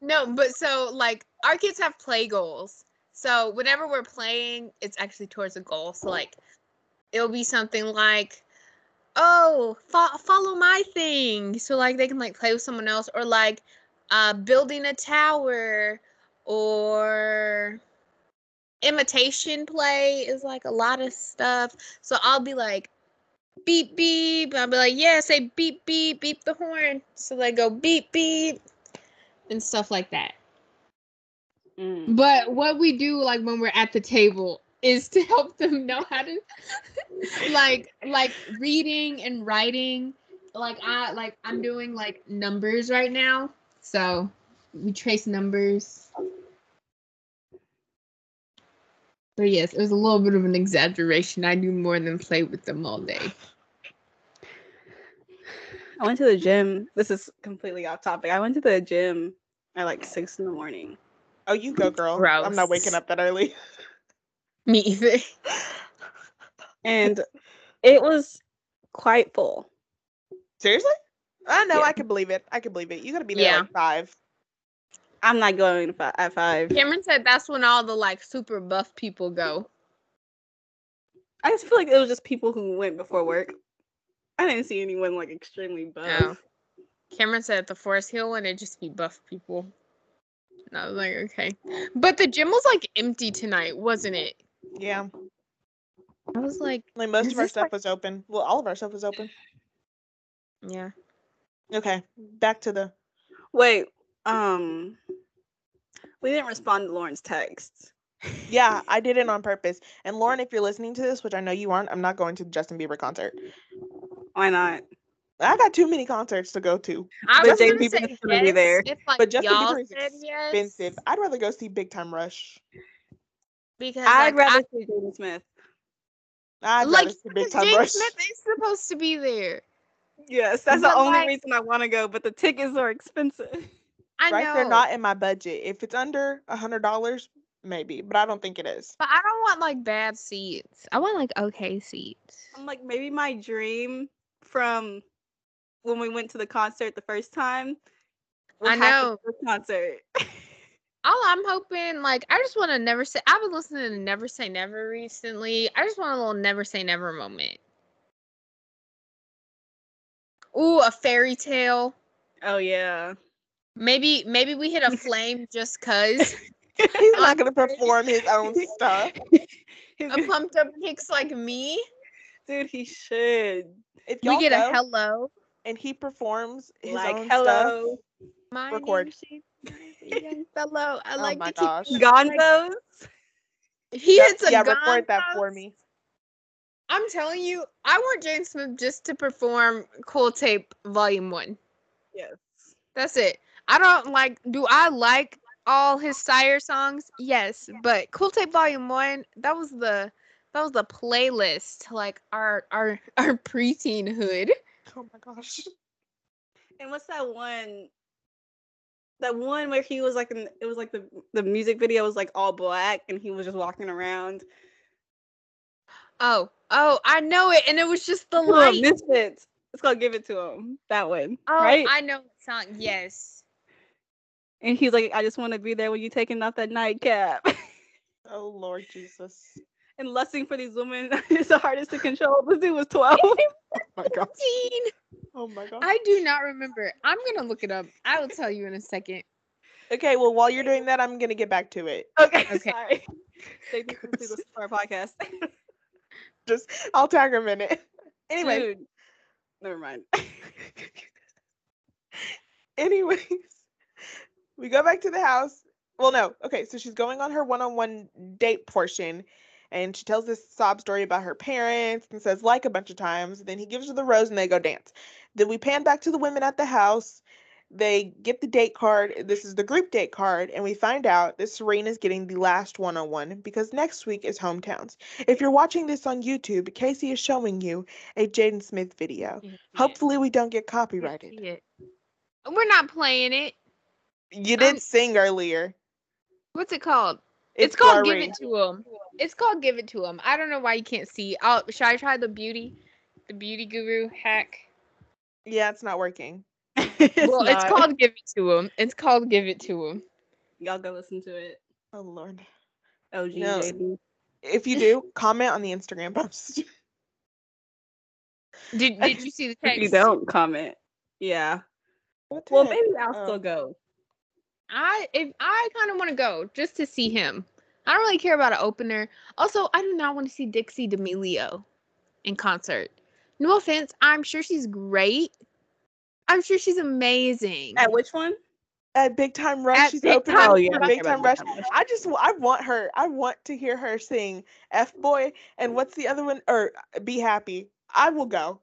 S2: no but so like our kids have play goals So whenever we're playing, it's actually towards a goal. So like, it'll be something like, "Oh, fo- follow my thing." So like they can like play with someone else, or like, uh, building a tower, or imitation play is like a lot of stuff. So I'll be like, beep beep. I'll be like, yeah, say beep beep, beep the horn. So they go beep beep, and stuff like that.
S3: Mm.
S2: But what we do like when we're at the table is to help them know how to like like reading and writing. Like I like I'm doing like numbers right now. So we trace numbers. But yes, it was a little bit of an exaggeration. I do more than play with them all day.
S3: I went to the gym. This is completely off topic. I went to the gym at like six in the morning.
S1: Oh, you go, girl. I'm not waking
S2: Gross.
S1: up that early.
S2: Me either.
S3: And it was quite full.
S1: Seriously? I know.
S3: Yeah.
S1: I can believe it. I can believe it. You gotta be there
S2: Yeah.
S1: at like five.
S3: I'm not going fi- at five.
S2: Cameron said that's when all the like super buff people go.
S3: I just feel like it was just people who went before work. I didn't see anyone like extremely buff.
S2: Oh. Cameron said at the Forest Hill one, it just be buff people. And I was like, okay. But the gym was like empty tonight, wasn't it?
S1: Yeah.
S2: I was like,
S1: Like most
S2: Is
S1: of our
S2: this
S1: stuff
S2: like-
S1: was open. Well, all of our stuff was open.
S2: yeah.
S1: Okay. Back to the
S3: Wait, um, we didn't respond to Lauren's text.
S1: Yeah, I did it on purpose. And Lauren, if you're listening to this, which I know you aren't, I'm not going to the Justin Bieber concert.
S3: Why not?
S1: I got too many concerts to go to.
S2: I
S3: But
S2: was gonna
S3: JP
S2: say
S3: was gonna be there.
S2: yes, if, like,
S1: But Justin
S2: y'all
S1: Bieber is
S2: said yes,
S1: Expensive. I'd rather go see Big Time Rush.
S2: Because like,
S3: I'd rather see Jaden Smith.
S1: I'd
S2: like
S1: rather see Big
S2: because
S1: Time
S2: Jaden
S1: Rush.
S2: Smith is supposed to be there.
S3: Yes, that's
S2: But,
S3: the only
S2: like-
S3: reason I want to go, but the tickets are expensive.
S2: I
S1: right?
S2: know.
S1: They're not in my budget. If it's under a hundred dollars, maybe, but I don't think it is.
S2: But I don't want like bad seats. I want like okay seats.
S3: I'm like, maybe my dream from when we went to the concert the first time. will
S2: I
S3: happen
S2: know.
S3: at this concert.
S2: All I'm hoping, like, I just want to never say. I've been listening to Never Say Never recently. I just want a little Never Say Never moment. Ooh, a fairy tale.
S3: Oh yeah.
S2: Maybe, maybe we hit a flame just cause
S1: He's not gonna perform his own stuff.
S3: He's
S2: a
S3: gonna-
S2: pumped up kicks like me.
S3: Dude, he should.
S1: If y'all
S2: We get
S1: go
S2: a hello.
S1: and he performs his
S3: like,
S1: own stuff,
S3: hello,
S2: My
S1: Record.
S2: name's James. I'm a young fellow. I
S1: Oh
S2: like
S1: my
S2: to keep
S1: gosh.
S2: things like-
S3: Gonzos.
S2: If he hits a
S1: yeah,
S2: gun,
S1: record that for
S2: blast,
S1: me.
S2: I'm telling you, I want James Smith just to perform Cool Tape Volume One.
S3: Yes.
S2: That's it. I don't like. Do I like all his Sire songs? Yes, but Cool Tape Volume One. That was the that was the playlist to like our our our preteen hood.
S1: Oh my gosh.
S3: And what's that one? That one where he was like, in, it was like the the music video was like all black, and he was just walking around.
S2: Oh, oh, I know it, and it was just the
S3: Give it to 'em,
S2: light.
S3: Misfits. It's called "Give It to Him." That one,
S2: Oh,
S3: right?
S2: I know the song. Yes.
S3: and he's like, "I just want to be there when you taking off that nightcap."
S1: Oh Lord Jesus.
S3: and lusting for these women is the hardest to control. This dude was twelve.
S1: Oh my gosh.
S2: Teen.
S1: Oh my gosh.
S2: I do not remember. I'm gonna look it up. I will tell you in a second.
S1: Okay, well while you're doing that, I'm gonna get back to it.
S3: okay,
S2: Okay.
S3: sorry. They need to listen to our podcast.
S1: Just I'll tag him in it. Anyway,
S3: Dude, never mind.
S1: Anyways, we go back to the house. Well, no. Okay, so she's going on her one-on-one date portion and she tells this sob story about her parents and says like a bunch of times. Then he gives her the rose and they go dance. Then we pan back to the women at the house. They get the date card. This is the group date card, and we find out that Serena's getting the last one on one because next week is hometowns. If you're watching this on YouTube, Casey is showing you a Jaden Smith video. Hopefully, we don't get copyrighted.
S2: We're not playing it.
S1: You
S2: I'm-
S1: did sing earlier.
S2: What's it called? It's, called Give
S1: blurry.
S2: It to Him. It's called Give It to Him. I don't know why you can't see. Oh, should I try the beauty, the beauty guru hack?
S1: Yeah, it's not working.
S3: It's
S2: well, it's
S3: not.
S2: called Give It to Him. It's called Give It to Him.
S3: Y'all go listen to it.
S1: Oh Lord.
S3: OG
S1: No.
S3: baby.
S1: If you do, comment on the Instagram post.
S2: Did Did you see the
S3: If
S2: text?
S3: you don't comment, yeah.
S1: What
S3: Well,
S1: the heck?
S3: maybe I'll
S1: Oh.
S3: still go.
S2: I if I kind of want to go just to see him. I don't really care about an opener. Also, I do not want to see Dixie D'Amelio in concert. No offense, I'm sure she's great. I'm sure she's amazing.
S3: At which one?
S1: At Big Time Rush,
S2: At
S1: she's
S2: Big
S1: opening
S2: Time
S1: for
S2: Oh, yeah,
S1: Big Time Rush. I just w- I want her. I want to hear her sing F Boy and what's the other one? Or uh, Be Happy. I will go.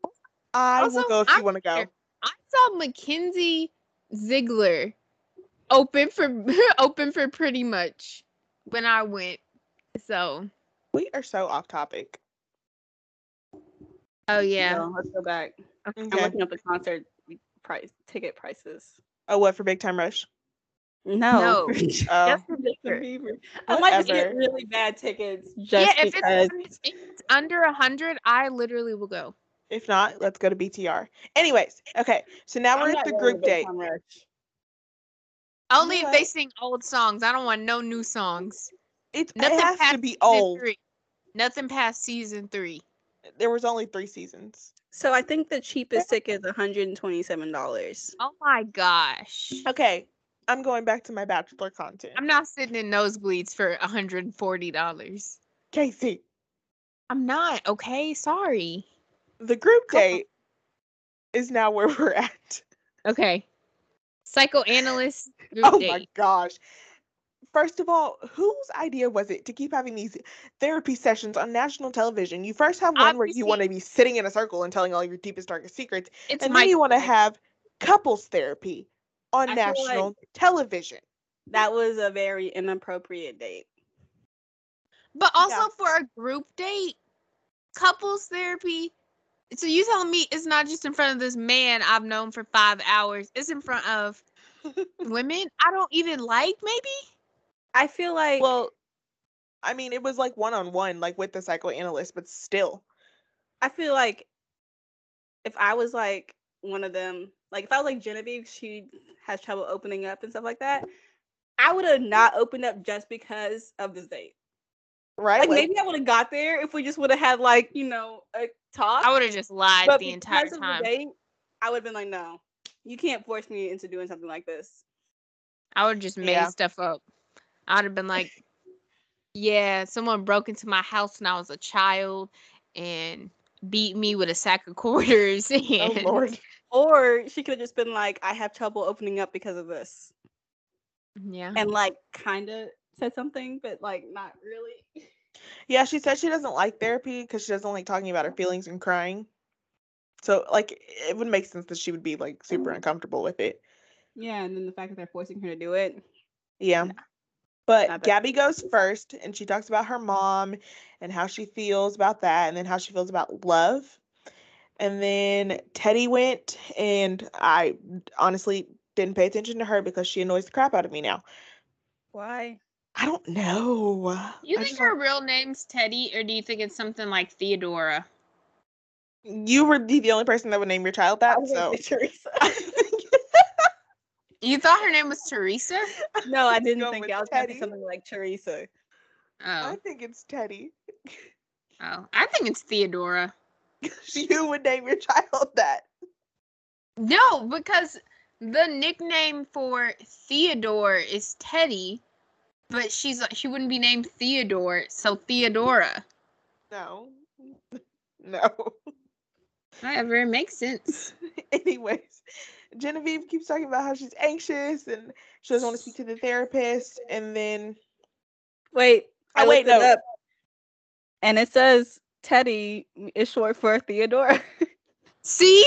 S1: I will
S2: Also,
S1: go if
S2: I'm
S1: you want to go.
S2: here. I saw Mackenzie Ziegler open for open for pretty much when I went. So,
S1: We are so off topic.
S2: oh yeah.
S3: No, let's go back. I'm
S1: Okay.
S3: looking up the concert price, ticket prices.
S1: Oh, what for Big Time Rush?
S3: No,
S2: No.
S1: Oh,
S2: That's for
S3: Justin
S2: Bieber.
S3: Bieber. I might get
S1: Whatever.
S3: really bad tickets just
S2: yeah, if
S3: because.
S2: it's, if it's under a hundred, I literally will go.
S1: if not, let's go to BTR. Anyways, okay. So now
S3: I'm
S1: we're
S3: not
S1: at the
S3: going to
S1: group
S3: Big
S1: date.
S3: Time Rush.
S2: Only
S1: know
S2: if they
S1: what?
S2: sing old songs. I don't want no new songs.
S1: It's, it
S2: Nothing
S1: has
S2: past
S1: to be
S2: season
S1: old.
S2: three. Nothing past season three.
S1: There was only three seasons.
S3: So I think the cheapest ticket is $127.
S2: Oh my gosh.
S1: Okay, I'm going back to my bachelor content.
S2: I'm not sitting in nosebleeds for $140.
S1: Casey,
S2: I'm not. Okay, sorry.
S1: the group
S2: Come on.
S1: date is now where we're at.
S2: Okay. Psychoanalyst group
S1: Oh my
S2: date.
S1: gosh. First of all, whose idea was it to keep having these therapy sessions on national television? You first have one where you want to be sitting in a circle and telling all your deepest, darkest secrets,
S2: It's
S1: and
S2: my
S1: then you want to have couples therapy on
S2: I feel like-
S1: national television.
S3: That was a very inappropriate date.
S2: But also
S1: Yeah.
S2: for a group date, couples therapy. So you telling me it's not just in front of this man I've known for five hours. It's in front of women I don't even like. Maybe
S3: I feel like
S1: Well, I mean, it was like one on one, like with the psychoanalyst, but still.
S3: I feel like if I was like one of them, like if I was like Genevieve, she has trouble opening up and stuff like that. I would have not opened up just because of this date.
S1: Right?
S3: Like
S1: Like,
S3: maybe I would have got there if we just would have had like you know a talk.
S2: I would have just lied
S3: but
S2: the
S3: because
S2: entire
S3: of the
S2: time.
S3: date, I would have been like, no, you can't force me into doing something like this.
S2: I would have just made
S1: Yeah.
S2: stuff up. I would have been like, "Yeah, someone broke into my house when I was a child and beat me with a sack of quarters." And
S1: oh lord.
S3: Or she could have just been like, I have trouble opening up because of this,
S2: yeah,
S3: and like kind of said something, but like not really.
S1: Yeah, she said she doesn't like therapy because she doesn't like talking about her feelings and crying. So, like, it would make sense that she would be like super uncomfortable with it.
S3: Yeah, and then the fact that they're forcing her to do it.
S1: Yeah.
S3: Yeah. I
S1: But
S3: bet.
S1: Gabby goes first and she talks about her mom and how she feels about that and then how she feels about love. And then Teddy went and I honestly didn't pay attention to her because she annoys the crap out of me now.
S3: Why?
S1: I don't know.
S2: you
S1: I
S2: think
S1: just
S2: her
S1: don't-
S2: real name's Teddy, or do you think it's something like Theodora?
S1: you were the the only person that would name your child that. So
S3: Teresa.
S2: You thought her name was Teresa?
S3: no, I
S1: Go
S3: didn't think
S1: with
S3: it. I was gonna
S1: Teddy.
S3: say something like Teresa.
S1: I
S2: Oh,
S1: think it's Teddy.
S2: oh, I think it's Theodora.
S1: you would name your child that.
S2: No, because the nickname for Theodore is Teddy, but she's she wouldn't be named Theodore, so Theodora.
S1: No. No.
S2: Whatever, it makes sense.
S1: Anyways, Genevieve keeps talking about how she's anxious and she doesn't want to speak to the therapist. And then,
S3: Wait, I
S1: Oh, wait,
S3: looked it
S1: no.
S3: up, and it says Teddy is short for Theodora.
S2: See,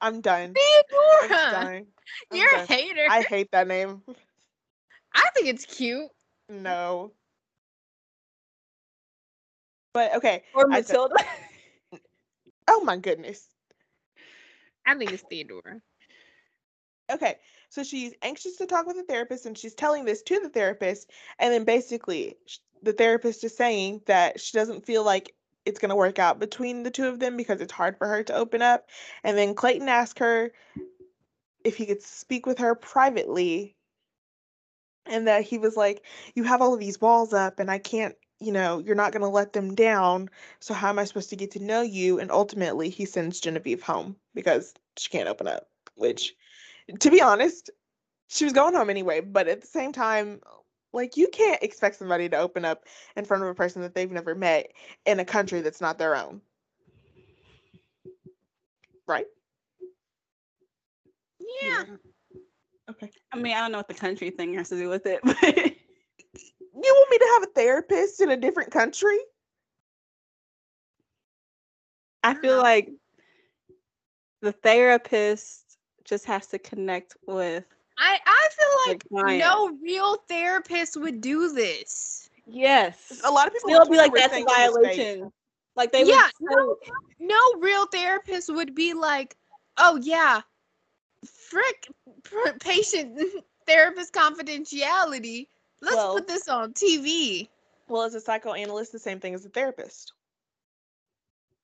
S1: I'm done. I'm
S2: Theodora,
S1: done. I'm
S2: you're a
S1: done.
S2: hater.
S1: I
S2: I,
S1: hate that name.
S2: think it's cute.
S1: No. But okay.
S3: or
S1: I said-
S3: Matilda.
S1: Oh my goodness.
S2: I think it's Theodora.
S1: Okay. So she's anxious to talk with the therapist and she's telling this to the therapist. And then basically, sh- the therapist is saying that she doesn't feel like it's going to work out between the two of them because it's hard for her to open up. And then Clayton asks her if he could speak with her privately. and that he was like, You have all of these walls up, and I can't, you know, you're not going to let them down. So, how am I supposed to get to know you? And ultimately, he sends Genevieve home because she can't open up, which, to be honest, she was going home anyway. But at the same time, like, you can't expect somebody to open up in front of a person that they've never met in a country that's not their own. Right?
S2: Yeah.
S1: Okay.
S3: I mean, I don't know what the country thing has to do with it, but
S1: You want me to have a therapist in a different country?
S3: I feel like the therapist just has to connect with
S2: I, I
S3: the
S2: feel like
S3: client.
S2: no real therapist would do this.
S3: Yes.
S1: A lot of people on
S3: They'll be like,
S1: Twitter were
S3: that's a
S1: saying it was fake.
S3: violation. Like they
S2: Yeah,
S3: would
S2: no, No real therapist would be like, oh yeah, frick, pr- patient therapist confidentiality. Let's
S3: Well-
S2: put this on TV.
S1: Well, as a psychoanalyst, the same thing as a therapist.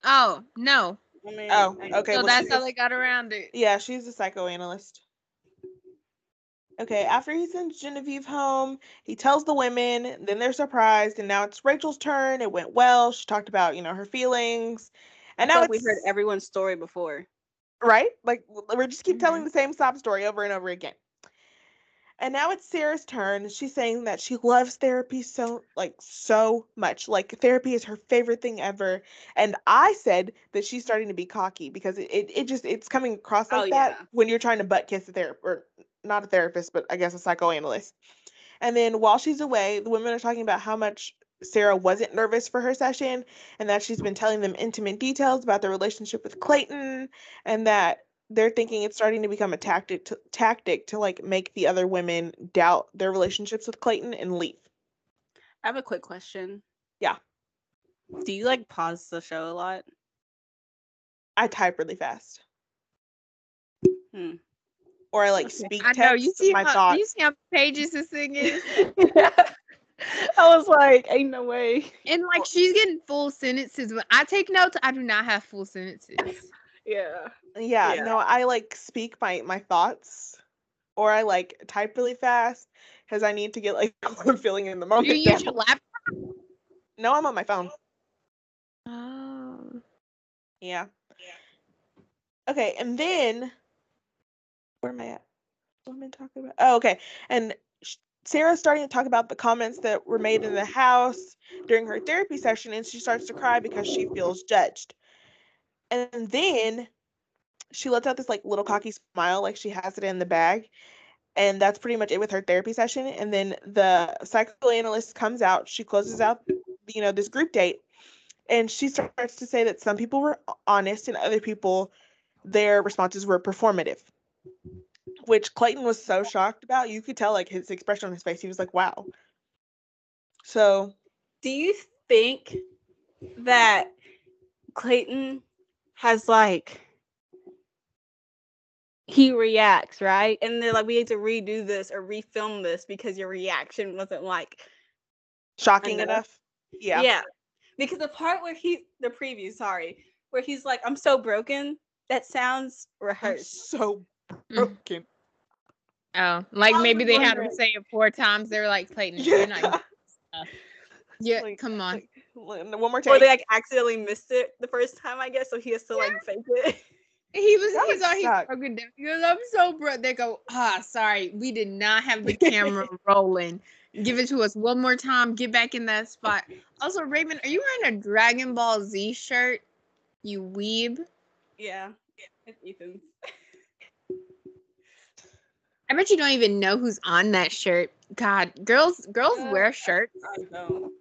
S2: Oh no,
S3: I mean,
S1: Oh,
S3: I-
S1: okay,
S2: so
S1: well,
S2: that's
S1: she
S2: how
S1: is-
S2: they got around it.
S1: Yeah, she's a psychoanalyst. Okay, after he sends Genevieve home, he tells the women, then they're surprised, and now it's Rachel's turn. It went well. She talked about, you know, her feelings. And
S3: I feel
S1: now
S3: like
S1: it's
S3: we've heard everyone's story before.
S1: right? Like w- we're just keep telling the same sob story over and over again. And now it's Sarah's turn. She's saying that she loves therapy so like so much. Like therapy is her favorite thing ever. And I said that she's starting to be cocky because it, it, it just it's coming across
S3: Oh,
S1: like that
S3: yeah.
S1: when you're trying to butt kiss a therapist or not a therapist, but I guess a psychoanalyst. And then while she's away, the women are talking about how much Sarah wasn't nervous for her session and that she's been telling them intimate details about their relationship with Clayton and that they're thinking it's starting to become a tactic to, tactic to like make the other women doubt their relationships with Clayton and leave.
S3: I have a quick question.
S1: Yeah.
S3: Do you like pause the show a lot?
S1: I type really fast.
S3: Hmm.
S1: Or I like
S3: Okay.
S1: speak
S2: I
S1: text
S2: know you see
S1: my
S2: how
S1: thoughts.
S2: you see how pages this thing is,
S3: I was like, ain't no way.
S2: and like she's getting full sentences. When I take notes, I do not have full sentences.
S3: Yeah.
S1: yeah,
S3: Yeah.
S1: no, I like speak my my thoughts or I like type really fast cuz I need to get like what I'm feeling in the moment.
S2: You use
S1: down.
S2: your laptop.
S1: No, I'm on my phone.
S2: Oh.
S1: Yeah. Okay, and then where am I at? What am I talking about? Oh, okay. And sh- Sarah's starting to talk about the comments that were made in the house during her therapy session, and she starts to cry because she feels judged. And then she lets out this like little cocky smile, like she has it in the bag. And that's pretty much it with her therapy session. And then the psychoanalyst comes out. She closes out, you know, this group date, and she starts to say that some people were honest and other people, their responses were performative which Clayton was so shocked about. You could tell like his expression on his face. He was like, "Wow." So
S3: Do you think that Clayton has like he reacts, right? And they're like, we need to redo this or refilm this because your reaction wasn't like
S1: shocking
S3: Enough.
S1: enough. Yeah.
S3: Because the part where he the preview, sorry, where he's like, I'm so broken, that sounds
S1: I'm
S3: rehearsed.
S1: so broken.
S2: Oh, like
S3: I was
S2: maybe they had him
S3: wondering.
S2: say it four times. They were like, Clayton,
S1: Yeah.
S2: you're not. Yeah,
S1: Like-
S2: come on.
S1: like, One one more
S3: Or
S1: take.
S3: they like accidentally missed it the first time, I guess, so he has to like fake it.
S2: he was.
S1: that
S2: He's
S1: would
S2: all he's
S1: suck.
S2: broken down. He goes, I'm so broke. They go, ah, sorry, we did not have the camera rolling. Give it to us one more time. Get back in that spot. Also, Raymond, are you wearing a Dragon Ball Z shirt? You weeb.
S3: yeah. It's Ethan's.
S2: I bet you don't even know who's on that shirt. God, girls, girls
S3: Uh,
S2: wear shirts
S3: I don't.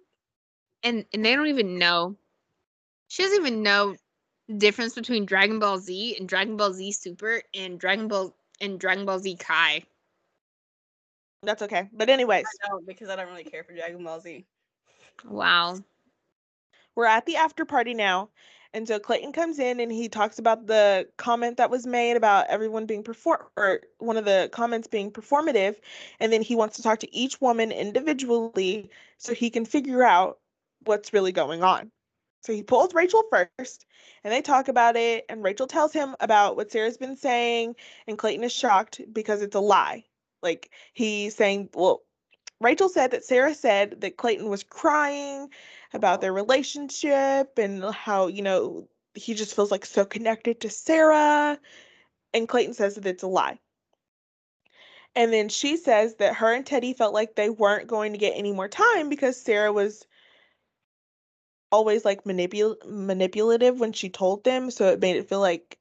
S2: and and they don't even know. She doesn't even know the difference between Dragon Ball Z and Dragon Ball Z Super and Dragon Ball and Dragon Ball Z Kai.
S1: That's okay. But anyways,
S3: I don't because I don't really care for Dragon Ball Z.
S2: Wow.
S1: we're at the after party now. And so Clayton comes in and he talks about the comment that was made about everyone being perform or one of the comments being performative. And then he wants to talk to each woman individually so he can figure out what's really going on. So he pulls Rachel first and they talk about it. And Rachel tells him about what Sarah's been saying. And Clayton is shocked because it's a lie. Like he's saying, well, Rachel said that Sarah said that Clayton was crying about their relationship and how, you know, he just feels like so connected to Sarah. And Clayton says that it's a lie. And then she says that her and Teddy felt like they weren't going to get any more time because Sarah was always like manipul- manipulative when she told them. So it made it feel like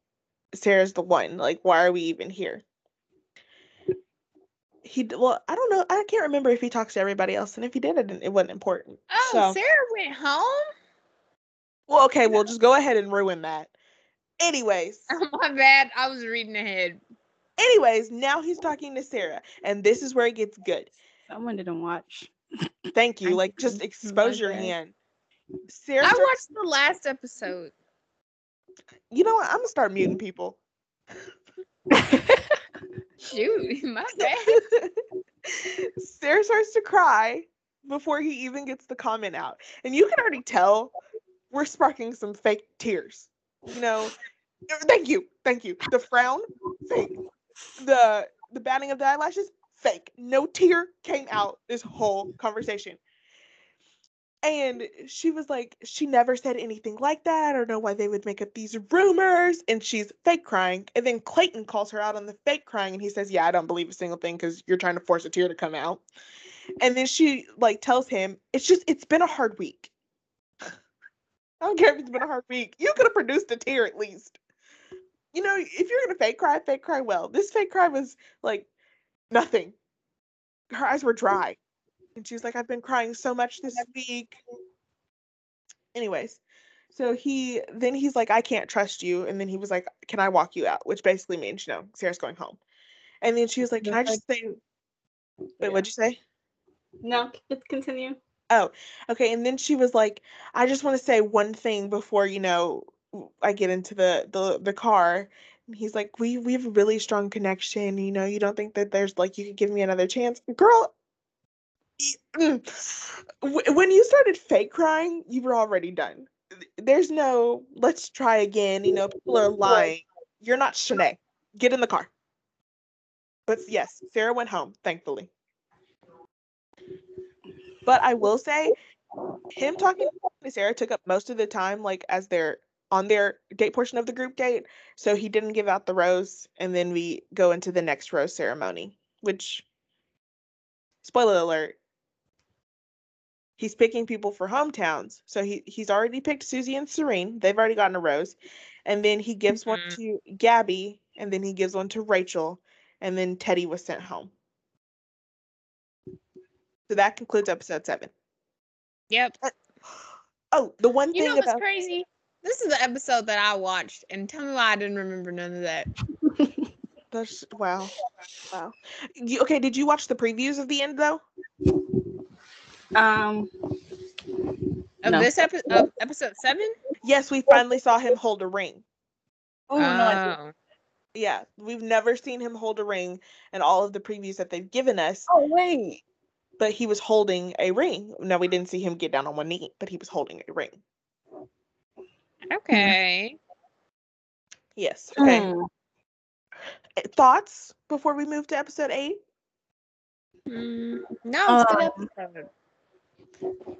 S1: Sarah's the one. Like, why are we even here? He, d- well, I don't know. I can't remember if he talks to everybody else. And if he did, it, didn't- it wasn't important.
S2: Oh,
S1: So-
S2: Sarah went home.
S1: Well, okay, well, just go ahead and ruin that. Anyways,
S2: Oh, my bad. I was reading ahead.
S1: anyways, now he's talking to Sarah, and this is where it gets good.
S3: Someone didn't watch.
S1: Thank
S3: I
S1: you. Like, just
S3: didn't
S1: expose your
S3: realize.
S1: hand. Sarah,
S2: I
S1: starts-
S2: watched the last episode.
S1: you know what? I'm gonna start muting people.
S2: Shoot, my bad.
S1: Sarah starts to cry before he even gets the comment out, and you can already tell we're sparking some fake tears. You know, thank you, thank you. The frown, fake. The the batting of the eyelashes, fake. No tear came out this whole conversation. And she was like, she never said anything like that. I don't know why they would make up these rumors. And she's fake crying. And then Clayton calls her out on the fake crying. And he says, Yeah, I don't believe a single thing because you're trying to force a tear to come out. And then she like tells him, It's just, it's been a hard week. I don't care if it's been a hard week. You could have produced a tear at least. You know, if you're going to fake cry, fake cry well. This fake cry was like nothing. Her eyes were dry. And she was like, I've been crying so much this week anyways so he then he's like i can't trust you and then he was like can i walk you out which basically means you know sarah's going home and then she was like can i just say wait what'd you say
S3: No, let's continue.
S1: okay and then she was like i just want to say one thing before you know w- i get into the the, the car and he's like we we have a really strong connection you know you don't think that there's like you could give me another chance girl y- mm. Wh- when you started fake crying you were already done Th- there's no let's try again you know people are lying you're not Shanae. get in the car but yes sarah went home thankfully but i will say him talking to Sarah took up most of the time, like as they're on their date portion of the group date. So he didn't give out the rose, and then we go into the next rose ceremony, which spoiler alert. He's picking people for hometowns. So he, he's already picked Susie and Serene. They've already gotten a rose. And then he gives one
S2: Mhm.
S1: to Gabby, and then he gives one to Rachel, and then Teddy was sent home. So that concludes episode seven.
S2: Yep.
S1: Oh, the one
S2: You know
S1: thing
S2: what's
S1: about
S2: crazy? This is the episode that I watched, and tell me why I didn't remember none of that.
S1: That's wow, wow. You, okay, did you watch the previews of the end though?
S3: Um,
S2: Of
S3: No.
S2: this episode, of episode seven.
S1: Yes, we finally saw him hold a ring.
S3: oh no,
S2: Uh,
S3: I didn't.
S1: Yeah, we've never seen him hold a ring in all of the previews that they've given us,
S3: oh wait,
S1: but he was holding a ring. No, we didn't see him get down on one knee, but he was holding a ring.
S2: Oh, okay.
S1: Yes. Okay.
S3: Hmm.
S1: Uh, Thoughts before we move to episode eight?
S2: Mm, no, it's a good
S3: Um,
S2: episode.
S3: Y-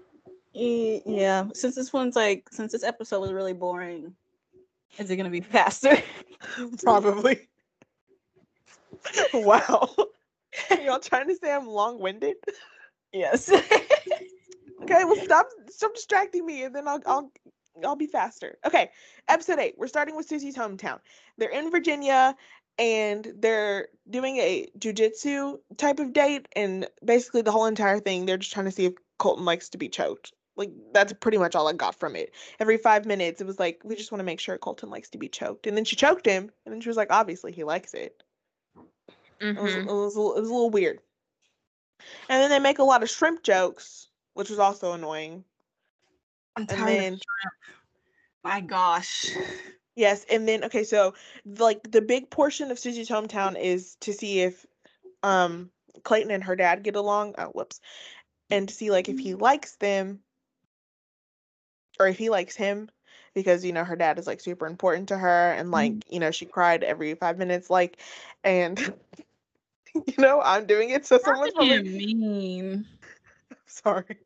S3: E, Yeah, since this one's like, since this episode was really boring, is it gonna be faster?
S1: Probably. wow. Y'all trying to say I'm long-winded?
S3: yes.
S1: Okay, well stop stop distracting me and then I'll I'll I'll be faster. Okay, episode eight. We're starting with Susie's hometown. They're in Virginia and they're doing a jujitsu type of date and basically the whole entire thing they're just trying to see if Colton likes to be choked. Like that's pretty much all I got from it. Every five minutes it was like, we just want to make sure Colton likes to be choked. And then she choked him and then she was like, obviously he likes it. It was,
S2: Mhm.
S1: it, was, a little- it was a little weird. And then they make a lot of shrimp jokes, which was also annoying.
S3: I'm
S1: And
S3: tired. of-
S1: then
S3: my gosh.
S1: Yes, and then okay, so th- like the big portion of Susie's hometown is to see if um Clayton and her dad get along. Oh, whoops. And to see like if he likes them or if he likes him because you know her dad is like super important to her and like, you know, she cried every 5 minutes like and you know, I'm doing it so someone's probably
S3: mean.
S1: sorry.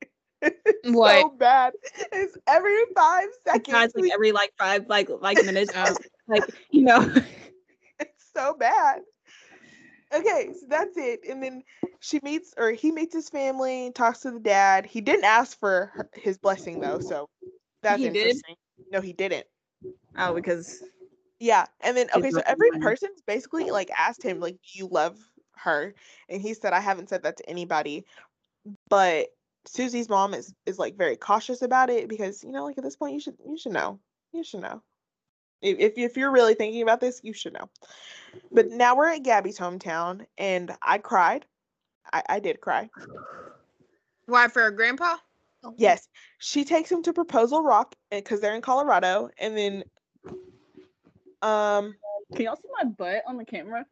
S2: What?
S1: So bad. It's every five
S3: Guys,
S1: seconds.
S3: like every like five like like minutes,
S2: Oh.
S3: like you know.
S1: it's so bad. Okay, so that's it. And then she meets or he meets his family, talks to the dad. He didn't ask for her, his blessing though, so that's
S3: He did?
S1: interesting. No, he didn't.
S3: Oh, because
S1: Yeah, and then
S3: Did
S1: okay, so
S3: not
S1: every
S3: mind.
S1: person's basically like asked him like, "Do you love her?" And he said, "I haven't said that to anybody." But Susie's mom is is like very cautious about it because you know, like at this point, you should you should know, you should know. If if, if you're really thinking about this, you should know. But now we're at Gabby's hometown, and I cried. I, I did cry.
S2: Why for a grandpa?
S1: Yes, she takes him to Proposal Rock because they're in Colorado, and then um,
S3: can y'all see my butt on the camera?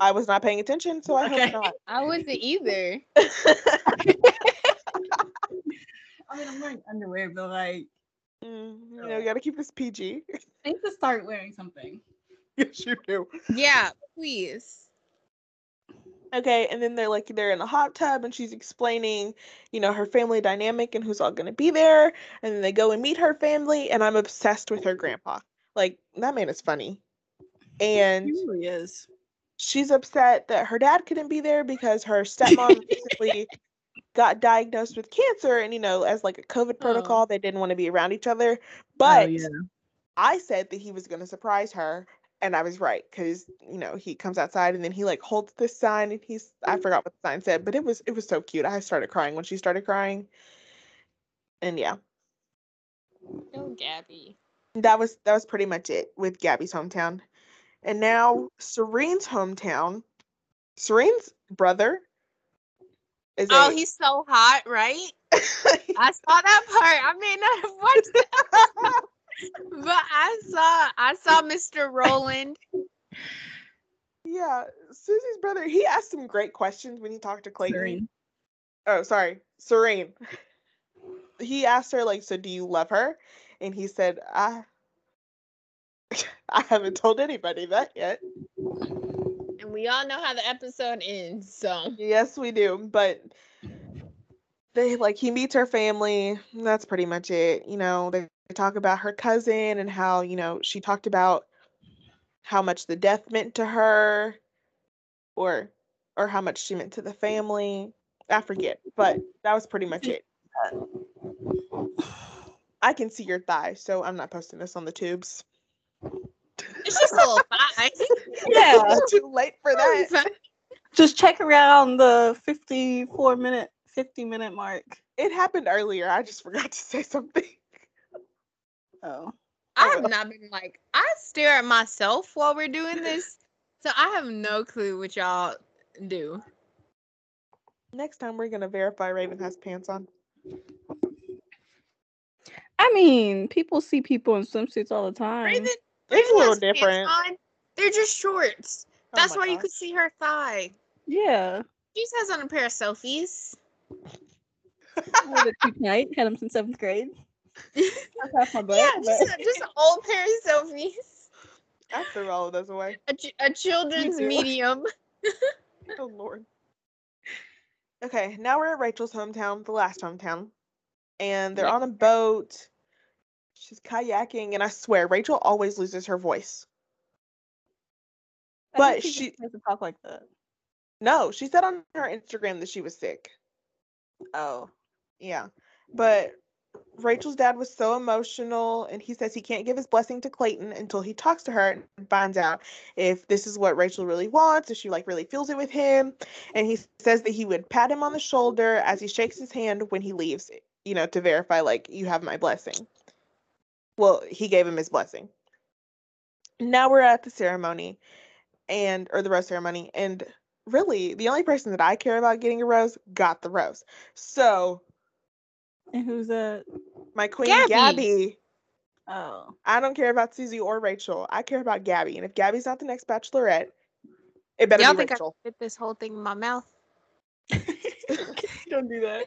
S1: I was not paying attention, so I
S3: Okay.
S1: hope not.
S2: I wasn't either.
S3: I mean, I'm wearing underwear, but like,
S1: Mm, you know, you gotta keep this PG.
S3: I need to start wearing something.
S1: yes, you do.
S2: Yeah, please.
S1: Okay, and then they're like they're in a hot tub, and she's explaining, you know, her family dynamic and who's all gonna be there. And then they go and meet her family, and I'm obsessed with her grandpa. Like that man is funny,
S3: It
S1: and
S3: really is.
S1: she's upset that her dad couldn't be there because her stepmom recently got diagnosed with cancer, and you know, as like a COVID protocol, they didn't want to be around each other. But I said that he was going to surprise her, and I was right because you know he comes outside and then he like holds this sign and he's I forgot what the sign said, but it was it was so cute. I started crying when she started crying, and yeah,
S2: No, Gabby.
S1: that was that was pretty much it with Gabby's hometown, and now Serene's hometown. Serene's brother is
S2: Oh,
S1: a-
S2: he's so hot, right? I saw that part. I may not have watched it, but I saw I saw Mr. Roland.
S1: yeah Susie's brother. He asked some great questions when he talked to Clayton.
S3: Serene.
S1: oh sorry serene he asked her like so do you love her and he said i i haven't told anybody that yet
S2: And we all know how the episode ends, so
S1: yes we do but they like he meets her family and that's pretty much it you know they, they talk about her cousin and how you know she talked about how much the death meant to her or or how much she meant to the family i forget but that was pretty much it i can see your thigh so i'm not posting this on the tubes
S2: it's just a little thigh.
S3: Yeah.
S1: It's too late for that.
S3: Just check around the 54 minute, 50 minute mark.
S1: It happened earlier. I just forgot to say something.
S3: Oh.
S2: I have not been like I stare at myself while we're doing this, so I have no clue what y'all do.
S1: Next time we're gonna verify Raven has pants on.
S3: I mean, people see people in swimsuits all the time.
S2: Raven,
S1: Hmm. It's a
S2: Raven
S1: little
S2: has pants
S1: different.
S2: on. They're just shorts.
S1: Oh
S2: That's
S1: my
S2: why you
S1: God.
S2: could see her thigh.
S3: Yeah.
S2: She has on a pair of selfies.
S3: I wore the two tonight, had them since seventh grade. That's half my butt.
S2: yeah,
S3: but-
S2: just a, just an old pair of selfies.
S1: I threw all of those away.
S2: A, ch- a children's
S3: do.
S2: medium.
S1: Oh lord. Okay, now we're at Rachel's hometown, the last hometown, and they're
S2: Yeah.
S1: on a boat. She's kayaking, and I swear Rachel always loses her voice.
S3: I
S1: But
S3: think she's
S1: she-
S3: supposed to talk like that.
S1: No, she said on her Instagram that she was sick.
S3: Oh.
S1: Yeah. But Rachel's dad was so emotional, and he says he can't give his blessing to Clayton until he talks to her and finds out if this is what Rachel really wants, if she like really feels it with him. And he says that he would pat him on the shoulder as he shakes his hand when he leaves, you know, to verify like you have my blessing. Well, he gave him his blessing. Now we're at the ceremony and or the rose ceremony and really the only person that I care about getting a rose got the rose. So
S3: And who's that?
S1: my queen
S2: Gabby.
S1: Gabby
S3: Oh.
S1: I don't care about Susie or Rachel. I care about Gabby. And if Gabby's not the next bachelorette, it better
S2: Y'all
S1: be
S2: think
S1: Rachel.
S2: I fit this whole thing in my mouth?
S3: Don't do that.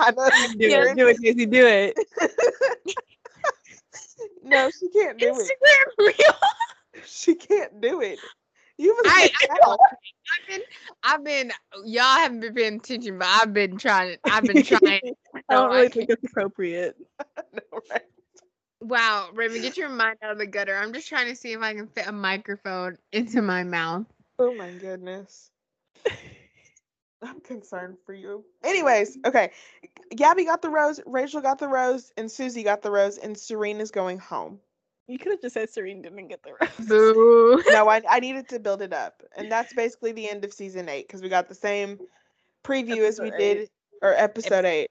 S1: I know you
S3: Do it.
S1: can't.
S3: Do it, Daisy. Do it.
S1: No, she can't do it.
S2: Instagram real.
S1: She can't do it. You was
S2: I-
S1: missing
S2: I know.
S1: out.
S2: I've been, I've been, y'all haven't been paying attention, but I've been trying. I've been trying.
S3: I don't
S2: No, I
S3: really think it's appropriate.
S1: No, right?
S2: Wow, Raven, get your mind out of the gutter. I'm just trying to see if I can fit a microphone into my mouth.
S1: Oh my goodness. I'm concerned for you. Anyways, okay. Gabby got the rose, Rachel got the rose, and Susie got the rose, and Serena's going home.
S3: You could have just said Serene didn't get the rose.
S2: Boo.
S1: No, I, I needed to build it up. And that's basically the end of season eight because we got the same preview as we
S3: Episode eight.
S1: did, or episode eight.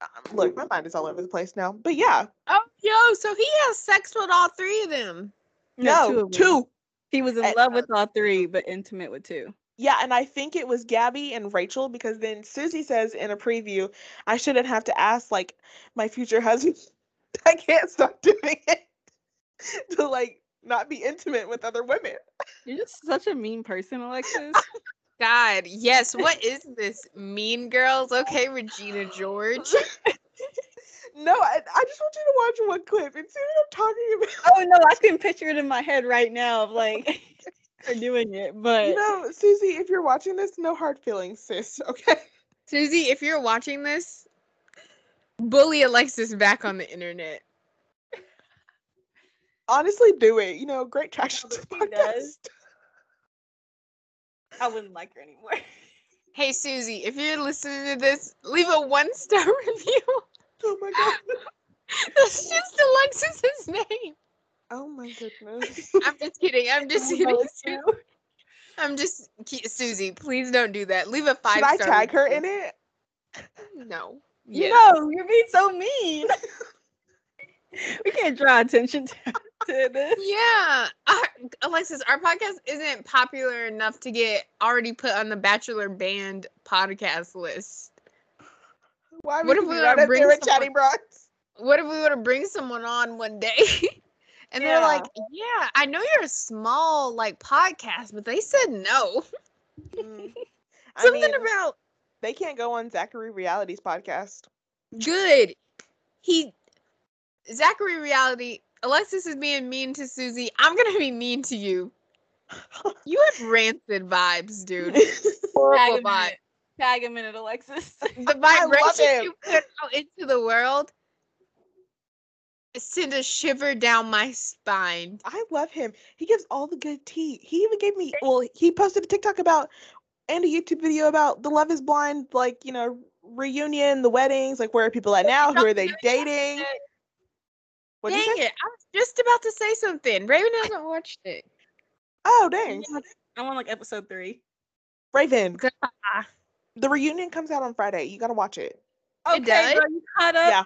S1: Um, look, my mind is all over the place now. But yeah,
S2: Oh, yo, so he has sex with all three of them.
S1: no,
S3: two of them.
S1: two.
S3: He was in
S1: At-
S3: love with all three, but intimate with two.
S1: Yeah, and I think it was Gabby and Rachel because then Susie says in a preview, I shouldn't have to ask like my future husband. I can't stop doing it to like not be intimate with other women.
S3: You're just such a mean person, Alexis.
S2: God, yes. What is this? Mean Girls? Okay, Regina George.
S1: No, I, I just want you to watch one clip and see what I'm talking about.
S3: oh no, I can picture it in my head right now of like her doing it, but
S1: You know, Susie, if you're watching this, no hard feelings, sis. Okay.
S2: Susie, if you're watching this, bully Alexis back on the internet.
S1: Honestly, do it. You know, great traction.
S3: but
S1: to
S3: she does.
S1: podcast.
S3: I wouldn't like her anymore.
S2: Hey, Susie, if you're listening to this, leave a one star review.
S1: Oh my god.
S2: That's just Alexis's name.
S1: Oh my goodness.
S2: I'm just kidding. I'm just
S3: I
S2: kidding.
S3: would
S2: Su-
S3: too.
S2: I'm just ki- Susie. Please don't do that. Leave a five.
S1: Should I
S2: star
S1: tag her
S2: review.
S1: in it?
S2: No.
S3: No, you're being so mean. we can't draw attention to, to this.
S2: Yeah, our, Alexis, our podcast isn't popular enough to get already put on the Bachelor Band podcast list.
S1: Why would
S2: What
S1: you
S2: if we
S1: be
S2: wanna
S1: right up
S2: bring
S1: there with
S2: someone-
S1: Chatty Brox?
S2: What if we were to bring someone on one day? And they're like, yeah, I know you're a small like podcast, but they said no.
S1: Mm. I
S2: Something
S1: mean,
S2: about
S1: they can't go on Zachary Reality's podcast.
S2: good. He Zachary reality. Alexis is being mean to Susie. I'm gonna be mean to you. You have rancid vibes, dude.
S3: Tag
S2: Horrible
S3: him, in
S2: vibes.
S3: it. Tag him in it, Alexis.
S2: the
S1: love
S2: vibration you
S1: it.
S2: put out into the world send a shiver down my spine.
S1: I love him. He gives all the good tea. He even gave me well, he posted a TikTok about and a YouTube video about the Love is Blind, like, you know, reunion, the weddings, like where are people at now? Who are they dating? What
S2: dang
S1: you say?
S2: it! I was just about to say something. Raven hasn't watched it.
S1: Oh dang.
S3: I'm on like episode three.
S1: Raven.
S2: God.
S1: The reunion comes out on Friday. You gotta watch it.
S2: It does?
S3: bro, Oh, you caught up?
S1: Yeah.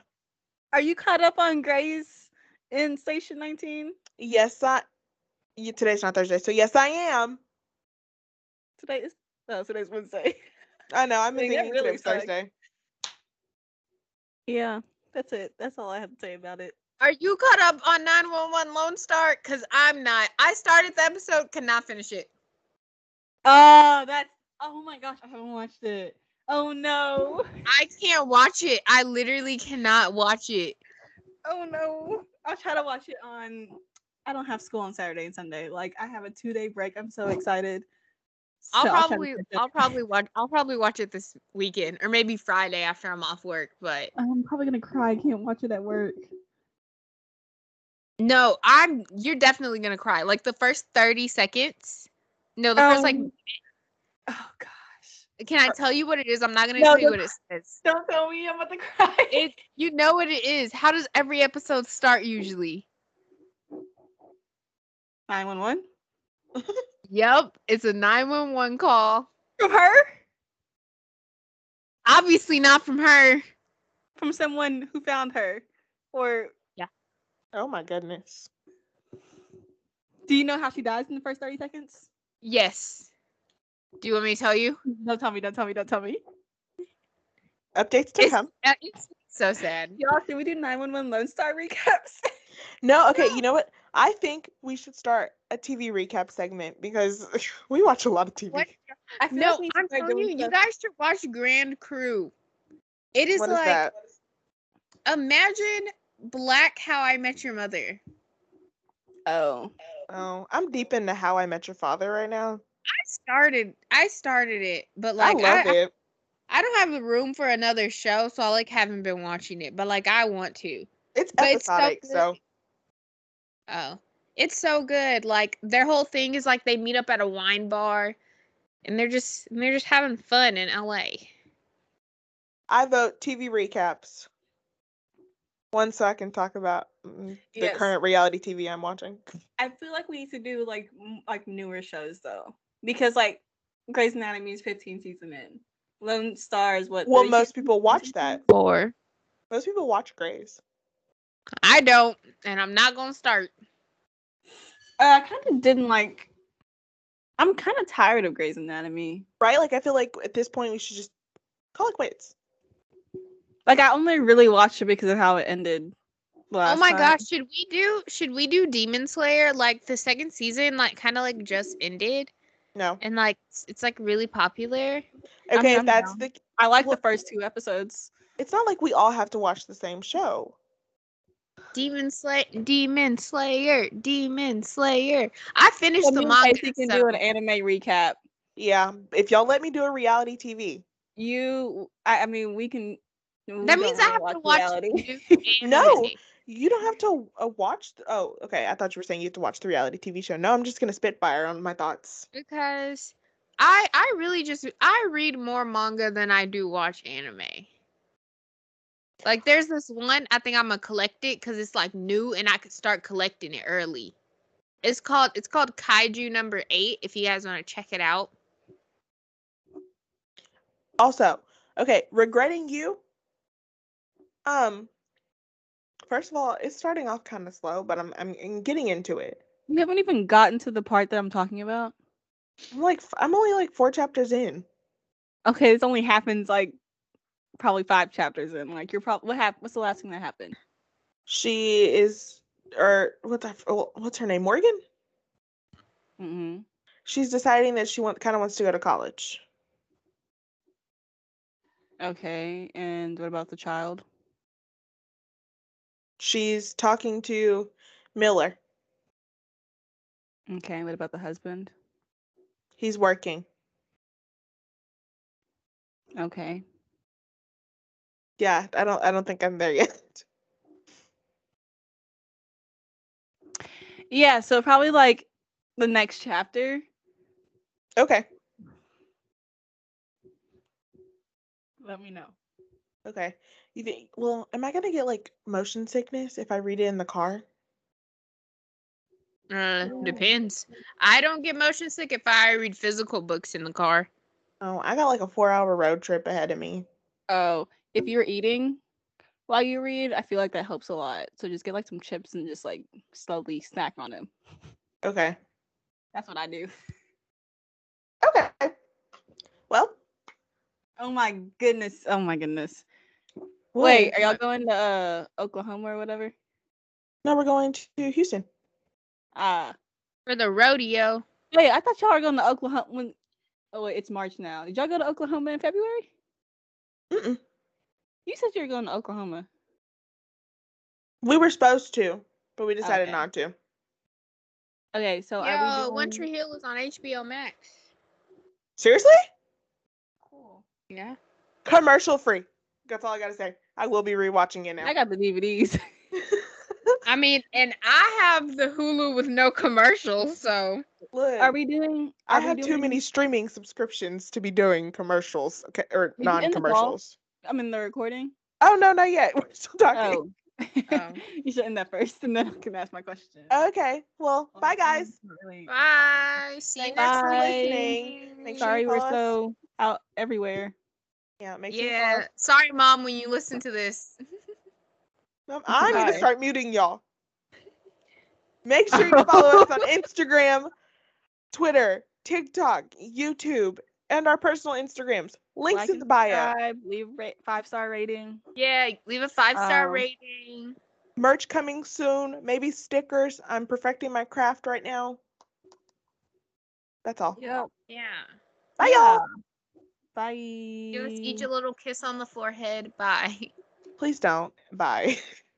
S3: Are you caught up on Grace in Station 19?
S1: Yes, I yeah, today's not Thursday, so yes I am.
S3: Today is oh, today's Wednesday.
S1: I know, I'm
S3: Dang, that
S1: thinking
S3: really
S1: today was
S3: sucks.
S1: Thursday.
S3: Yeah, that's it. That's all I have to say about it.
S2: Are you caught up on 911 Lone Star? Cause I'm not. I started the episode, cannot finish it.
S3: Oh, that's oh my gosh, I haven't watched it. Oh no.
S2: I can't watch it. I literally cannot watch it.
S3: Oh no. I'll try to watch it on I don't have school on Saturday and Sunday. Like I have a two day break. I'm so excited.
S2: I'll
S3: So try to
S2: probably,
S3: catch
S2: I'll
S3: up.
S2: probably watch, I'll probably watch it this weekend or maybe Friday after I'm off work. But
S3: I'm probably gonna cry. I can't watch it at work.
S2: No, I'm you're definitely gonna cry. Like the first 30 seconds. No, the first like
S3: Um, Oh gosh.
S2: can I tell you what it is? I'm not gonna
S3: No,
S2: tell you
S3: the-
S2: what it says.
S3: Don't tell me I'm about to cry.
S2: It you know what it is. How does every episode start usually?
S3: 911?
S2: Yep, it's a 911 call.
S3: From her?
S2: Obviously not from her.
S3: From someone who found her. Or
S1: Oh my goodness.
S3: do you know how she dies in the first 30 seconds?
S2: Yes. Do you want me to tell you?
S3: Don't tell me, don't tell me, don't tell me.
S1: Updates to
S2: It's,
S1: come.
S2: uh, it's so sad.
S3: Y'all, should we do 911 Lone Star recaps?
S1: No, okay, you know what? I think we should start a TV recap segment because we watch a lot of TV.
S2: What?
S3: I feel
S2: No,
S3: like we
S2: I'm
S3: start
S2: telling you,
S3: doing
S2: you
S3: stuff-
S2: guys should watch Grand Crew. It is
S1: What is
S2: like
S1: that?
S2: imagine Black How I Met Your Mother.
S3: Oh.
S1: Oh, I'm deep into How I Met Your Father right now.
S2: I started I started it, but like
S1: I
S2: I,
S1: love
S2: I,
S1: it.
S2: I don't have the room for another show, so I like haven't been watching it, but like I want to.
S1: It's
S2: but it's so
S1: episodic,
S2: good.
S1: so
S2: Oh. It's so good. Like their whole thing is like they meet up at a wine bar and they're just and they're just having fun in LA.
S1: I vote TV recaps. One so I can talk about mm, the
S3: Yes.
S1: current reality TV I'm watching.
S3: I feel like we need to do like m- like newer shows though, because like Grey's Anatomy is 15 season in. Lone Star is what.
S1: Well,
S3: 30
S1: most
S3: season-
S1: people watch that.
S2: Or
S1: Most people watch Grays.
S2: I don't, and I'm not gonna start.
S3: Uh, I kind of didn't like. I'm kind of tired of Grey's Anatomy.
S1: Right? Like I feel like at this point we should just call it quits.
S3: Like I only really watched it because of how it ended.
S2: Oh
S3: last
S2: my
S3: time.
S2: gosh, should we do should we do Demon Slayer? Like the second season, like kinda like just ended
S1: No.
S2: and like it's, it's like really popular. I'm-
S1: Okay,
S2: I'm
S1: if that's
S2: down.
S1: the
S3: I like
S1: Well-
S3: the first two episodes.
S1: it's not like we all have to watch the same show.
S2: Demon Slayer, Demon Slayer, Demon Slayer. I finished the manga.
S3: Casey can
S2: so-
S3: do an anime recap.
S1: Yeah. If y'all let me do a reality TV.
S3: You, I, I mean, we can. we
S2: that
S3: don't
S2: means I
S3: really
S2: have to watch
S3: reality.
S2: new
S1: No.
S2: anime.
S1: You don't have to uh, watch. th- oh, okay. I thought you were saying you have to watch the reality TV show. No, I'm just gonna spitfire on my thoughts.
S2: because I I really just I read more manga than I do watch anime. Like there's this one I think I'm gonna collect it because it's like new and I could start collecting it early. It's called it's called Kaiju Number Eight. If you guys want to check it out,
S1: Also, okay, regretting you. Um, first of all, it's starting off kind of slow, but I'm, I'm I'm getting into it.
S3: We haven't even gotten to the part that I'm talking about.
S1: I'm like f- I'm only like four chapters in.
S3: Okay, this only happens like probably five chapters in. Like you're probably what happened? What's the last thing that happened?
S1: She is, or what's that? oh, What's her name? Morgan.
S3: Mm-hmm.
S1: She's deciding that she want, kind of wants to go to college.
S3: Okay, and what about the child?
S1: She's talking to Miller.
S3: Okay, what about the husband?
S1: He's working.
S3: Okay,
S1: Yeah, I don't I don't think I'm there yet.
S3: yeah. So probably like the next chapter.
S1: Okay.
S3: Let me know.
S1: Okay. You think? Well, am I gonna get like motion sickness if I read it in the car?
S2: uh,
S3: Oh.
S2: depends. I don't get motion sick if I read physical books in the car.
S1: Oh, I got like a four-hour road trip ahead of me.
S3: Oh,
S1: Mm.
S3: if you're eating while you read, I feel like that helps a lot. So just get like some chips and just like slowly snack on them.
S1: Okay.
S3: That's what I do.
S1: Okay. Well,
S3: Oh my goodness. Oh my goodness.
S1: what?
S3: Wait, are y'all going to uh, Oklahoma or whatever?
S1: No, we're going to Houston.
S3: Ah.
S2: For the rodeo,
S3: Wait, I thought y'all were going to Oklahoma when Oh wait, it's March now. Did y'all go to Oklahoma in February?
S1: Mm-mm.
S3: You said you were going to Oklahoma.
S1: We were supposed to, but we decided
S3: Okay.
S1: not to.
S3: Okay, so are we
S2: yo,
S3: doing...
S2: One Tree Hill was on HBO Max.
S1: Seriously?
S3: Cool.
S2: Yeah.
S1: Commercial free. That's all I gotta say. I will be rewatching it now.
S3: I got the DVDs.
S2: I mean, and I have the Hulu with no commercials, so
S1: Look,
S3: are we doing
S1: I
S3: are we
S1: have too many
S3: doing-
S1: streaming subscriptions to be doing commercials, okay, or
S3: We can end the call.
S1: non-commercials.
S3: I'm in the recording.
S1: Oh no, not yet. We're still talking.
S3: Oh.
S1: Um,
S3: you should end that first and then I can ask my question.
S1: Okay. Well,
S3: Well,
S1: Oh, bye
S3: I'm
S1: guys.
S3: really-
S2: bye. See you
S1: Thanks
S2: next
S3: for
S2: week.
S1: listening. Make sure
S3: Sorry
S1: you
S3: we're
S1: follow us.
S3: so out everywhere.
S1: Yeah, make sure you follow
S2: Yeah. Sorry, mom, when you listen to this.
S1: Um, I need to
S3: Bye.
S1: start muting y'all. Make sure you follow us on Instagram, Twitter, TikTok, YouTube, and our personal Instagrams. Links
S3: Like
S1: in
S3: and
S1: the bio.
S3: subscribe, leave ra- five star rating.
S2: Yeah. Leave a five star
S3: Um,
S2: rating.
S1: Merch coming soon. Maybe stickers. I'm perfecting my craft right now. That's all.
S3: Yep.
S2: Yeah.
S1: Bye, y'all.
S3: Bye.
S2: Give us each a little kiss on the forehead. Bye.
S1: Please don't. Bye.